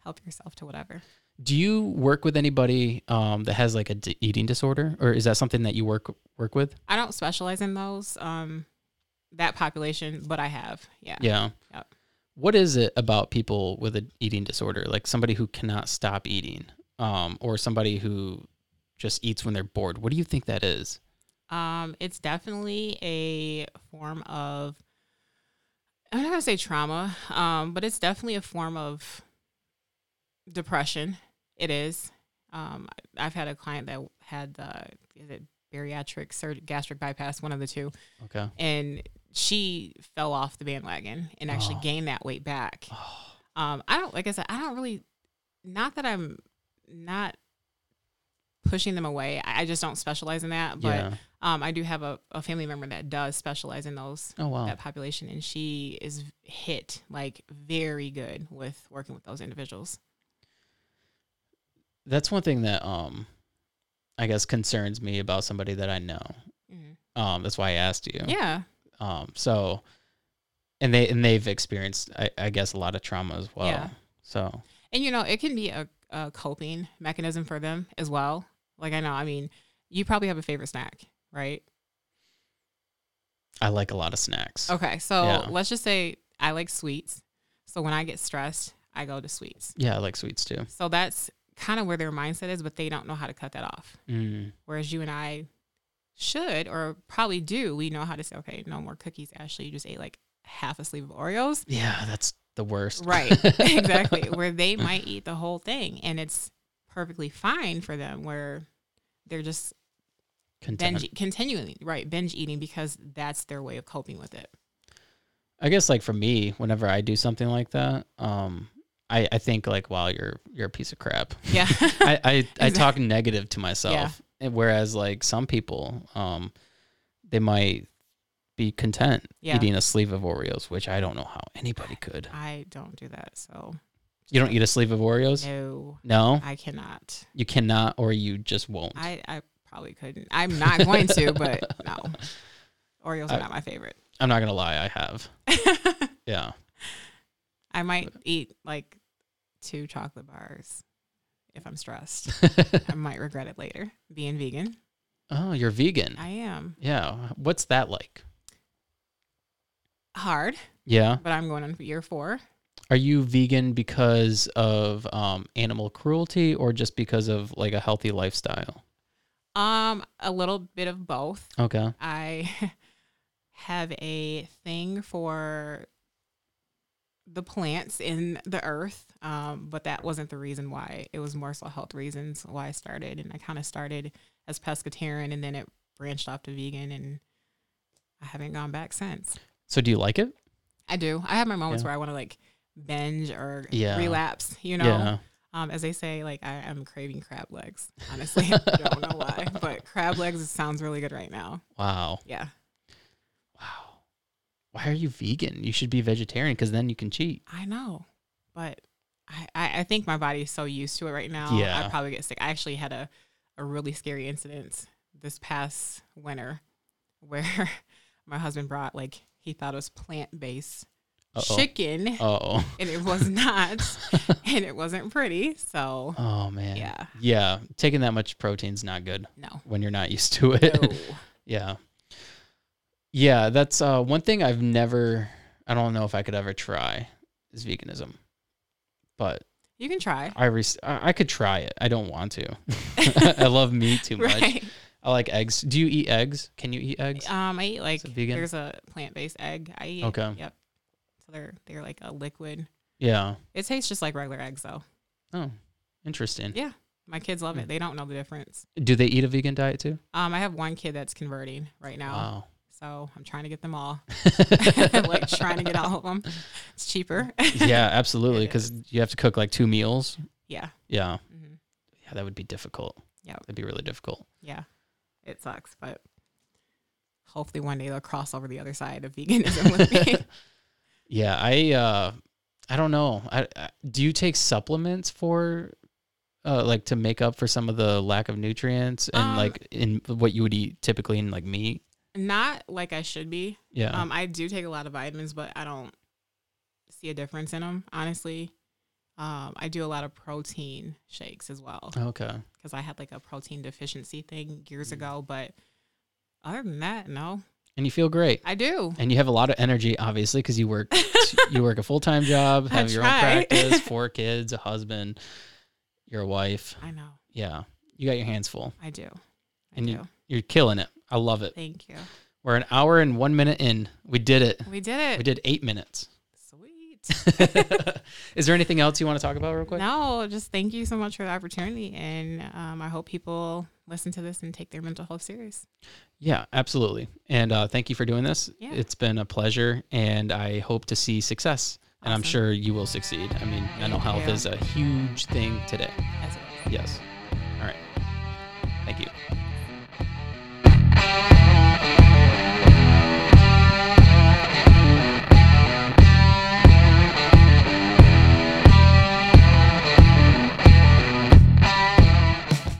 Speaker 2: help yourself to whatever.
Speaker 1: Do you work with anybody um, that has like a d- eating disorder, or is that something that you work work with?
Speaker 2: I don't specialize in those, um, that population, but I have. Yeah.
Speaker 1: Yeah.
Speaker 2: Yep.
Speaker 1: What is it about people with an eating disorder, like somebody who cannot stop eating, um, or somebody who just eats when they're bored? What do you think that is?
Speaker 2: Um, it's definitely a form of, I'm not going to say trauma, um, but it's definitely a form of depression. It is. Um, I- I've had a client that had the, is it bariatric, surg- gastric bypass, one of the two.
Speaker 1: Okay.
Speaker 2: and she fell off the bandwagon and actually
Speaker 1: Oh.
Speaker 2: gained that weight back.
Speaker 1: Oh,
Speaker 2: Um, I don't like I said, I don't really not that I'm not pushing them away. I, I just don't specialize in that. But
Speaker 1: yeah.
Speaker 2: um, I do have a, a family member that does specialize in those
Speaker 1: Oh wow.
Speaker 2: that population and she is hit like very good with working with those individuals.
Speaker 1: That's one thing that um, I guess concerns me about somebody that I know.
Speaker 2: Mhm.
Speaker 1: Um, that's why I asked you.
Speaker 2: Yeah.
Speaker 1: Um, so, and they and they've experienced, I, I guess, a lot of trauma as well.
Speaker 2: Yeah.
Speaker 1: So
Speaker 2: And you know, it can be a, a coping mechanism for them as well. Like I know, I mean, you probably have a favorite snack, right?
Speaker 1: I like a lot of snacks.
Speaker 2: Okay, so
Speaker 1: Yeah.
Speaker 2: let's just say I like sweets. So when I get stressed, I go to sweets.
Speaker 1: Yeah, I like sweets too.
Speaker 2: So that's kind of where their mindset is, but they don't know how to cut that off.
Speaker 1: Mm.
Speaker 2: Whereas you and I should or probably do, we know how to say, okay, no more cookies, Ashley. You just ate like half a sleeve of Oreos.
Speaker 1: Yeah, that's the worst.
Speaker 2: Right, exactly. Where they might eat the whole thing and it's perfectly fine for them where they're just
Speaker 1: Content.
Speaker 2: binge, continually, right, binge eating because that's their way of coping with it.
Speaker 1: I guess like for me, whenever I do something like that, um, I, I think like, wow, you're you're a piece of crap.
Speaker 2: Yeah.
Speaker 1: I, I, I talk negative to myself. And whereas like some people, um, they might be content
Speaker 2: Yeah.
Speaker 1: eating a sleeve of Oreos, which I don't know how anybody could.
Speaker 2: I don't do that. So
Speaker 1: You don't eat a sleeve of Oreos?
Speaker 2: no,
Speaker 1: No,
Speaker 2: I cannot.
Speaker 1: you cannot, or you just won't.
Speaker 2: I, I probably couldn't. I'm not going to, but no. Oreos
Speaker 1: I-
Speaker 2: are not my favorite.
Speaker 1: I'm not gonna lie, I have. Yeah,
Speaker 2: I might eat like two chocolate bars if I'm stressed. I might regret it later. Being vegan,
Speaker 1: Oh, you're vegan.
Speaker 2: I am
Speaker 1: yeah. What's that like?
Speaker 2: hard,
Speaker 1: Yeah.
Speaker 2: but I'm going on for year four.
Speaker 1: Are you vegan because of um, animal cruelty or just because of like a healthy lifestyle?
Speaker 2: Um, a little bit of both.
Speaker 1: Okay.
Speaker 2: I have a thing for the plants in the earth, um, but that wasn't the reason why. It was more so health reasons why I started, and I kind of started as pescatarian, and then it branched off to vegan, and I haven't gone back since.
Speaker 1: So do you like it?
Speaker 2: I do. I have my moments
Speaker 1: Yeah.
Speaker 2: where I want to like binge or
Speaker 1: Yeah.
Speaker 2: relapse, you know.
Speaker 1: Yeah.
Speaker 2: Um, as they say, like I, I'm craving crab legs. Honestly, I don't know why, but crab legs sounds really good right now.
Speaker 1: Wow.
Speaker 2: Yeah,
Speaker 1: Wow. Why are you vegan? You should be vegetarian because then you can cheat.
Speaker 2: I know, but I, I, I think my body's so used to it right now.
Speaker 1: Yeah.
Speaker 2: I probably get sick. I actually had a, a really scary incident this past winter where my husband brought like he thought it was plant based
Speaker 1: Uh-oh.
Speaker 2: chicken,
Speaker 1: Oh.
Speaker 2: and it was not, and it wasn't pretty. So
Speaker 1: Oh man.
Speaker 2: Yeah.
Speaker 1: Yeah. Taking that much protein's not good
Speaker 2: no,
Speaker 1: when you're not used to
Speaker 2: no.
Speaker 1: it. yeah. Yeah, that's uh, one thing I've never. I don't know if I could ever try is veganism, but
Speaker 2: you can try.
Speaker 1: I res- I I could try it. I don't want to. I love meat too much.
Speaker 2: Right.
Speaker 1: I like eggs. Do you eat eggs? Can you eat eggs?
Speaker 2: Um, I eat like
Speaker 1: it vegan?
Speaker 2: there's a plant based egg. I eat.
Speaker 1: Okay.
Speaker 2: Yep. So they're they're like a liquid.
Speaker 1: Yeah.
Speaker 2: It tastes just like regular eggs though.
Speaker 1: Oh, interesting.
Speaker 2: Yeah. My kids love
Speaker 1: Hmm.
Speaker 2: it. They don't know the difference.
Speaker 1: Do they eat a vegan diet too?
Speaker 2: Um, I have one kid that's converting right now,
Speaker 1: Wow.
Speaker 2: so I'm trying to get them all. like trying to get all of them. It's cheaper.
Speaker 1: yeah, absolutely.
Speaker 2: It
Speaker 1: Because you have to cook like two meals.
Speaker 2: yeah.
Speaker 1: Yeah.
Speaker 2: hmm
Speaker 1: Yeah, that would be difficult.
Speaker 2: Yep.
Speaker 1: That'd be really difficult.
Speaker 2: Yeah. It sucks, but hopefully one day they'll cross over the other side of veganism with me.
Speaker 1: Yeah, I uh I don't know. I, I do you take supplements for uh like to make up for some of the lack of nutrients and
Speaker 2: Um,
Speaker 1: like in what you would eat typically in like meat?
Speaker 2: Not like I should be.
Speaker 1: Yeah.
Speaker 2: Um, I do take a lot of vitamins, but I don't see a difference in them, honestly. Um, I do a lot of protein shakes as well
Speaker 1: okay. Mm.
Speaker 2: because I had like a protein deficiency thing years ago. But other than that, no,
Speaker 1: And you feel great.
Speaker 2: I do.
Speaker 1: And you have a lot of energy obviously cuz you work you work a full-time job,
Speaker 2: I
Speaker 1: have your own
Speaker 2: try.
Speaker 1: practice, four kids, a husband, your wife.
Speaker 2: I know.
Speaker 1: Yeah. You got your hands full.
Speaker 2: I do. I
Speaker 1: And
Speaker 2: do.
Speaker 1: You're killing it. I love it.
Speaker 2: Thank you.
Speaker 1: We're an hour and 1 minute in. We did it.
Speaker 2: We did it.
Speaker 1: We did 8 minutes.
Speaker 2: Sweet.
Speaker 1: Is there anything else you want to talk about real quick?
Speaker 2: no, just thank you so much for the opportunity. And um, I hope people listen to this and take their mental health serious.
Speaker 1: Yeah, absolutely. And uh, thank you for doing this.
Speaker 2: Yeah.
Speaker 1: It's been a pleasure, and I hope to see success. And I'm
Speaker 2: Awesome.
Speaker 1: sure you will succeed. I mean, mental health
Speaker 2: you.
Speaker 1: is a huge thing today.
Speaker 2: As always.
Speaker 1: Yes.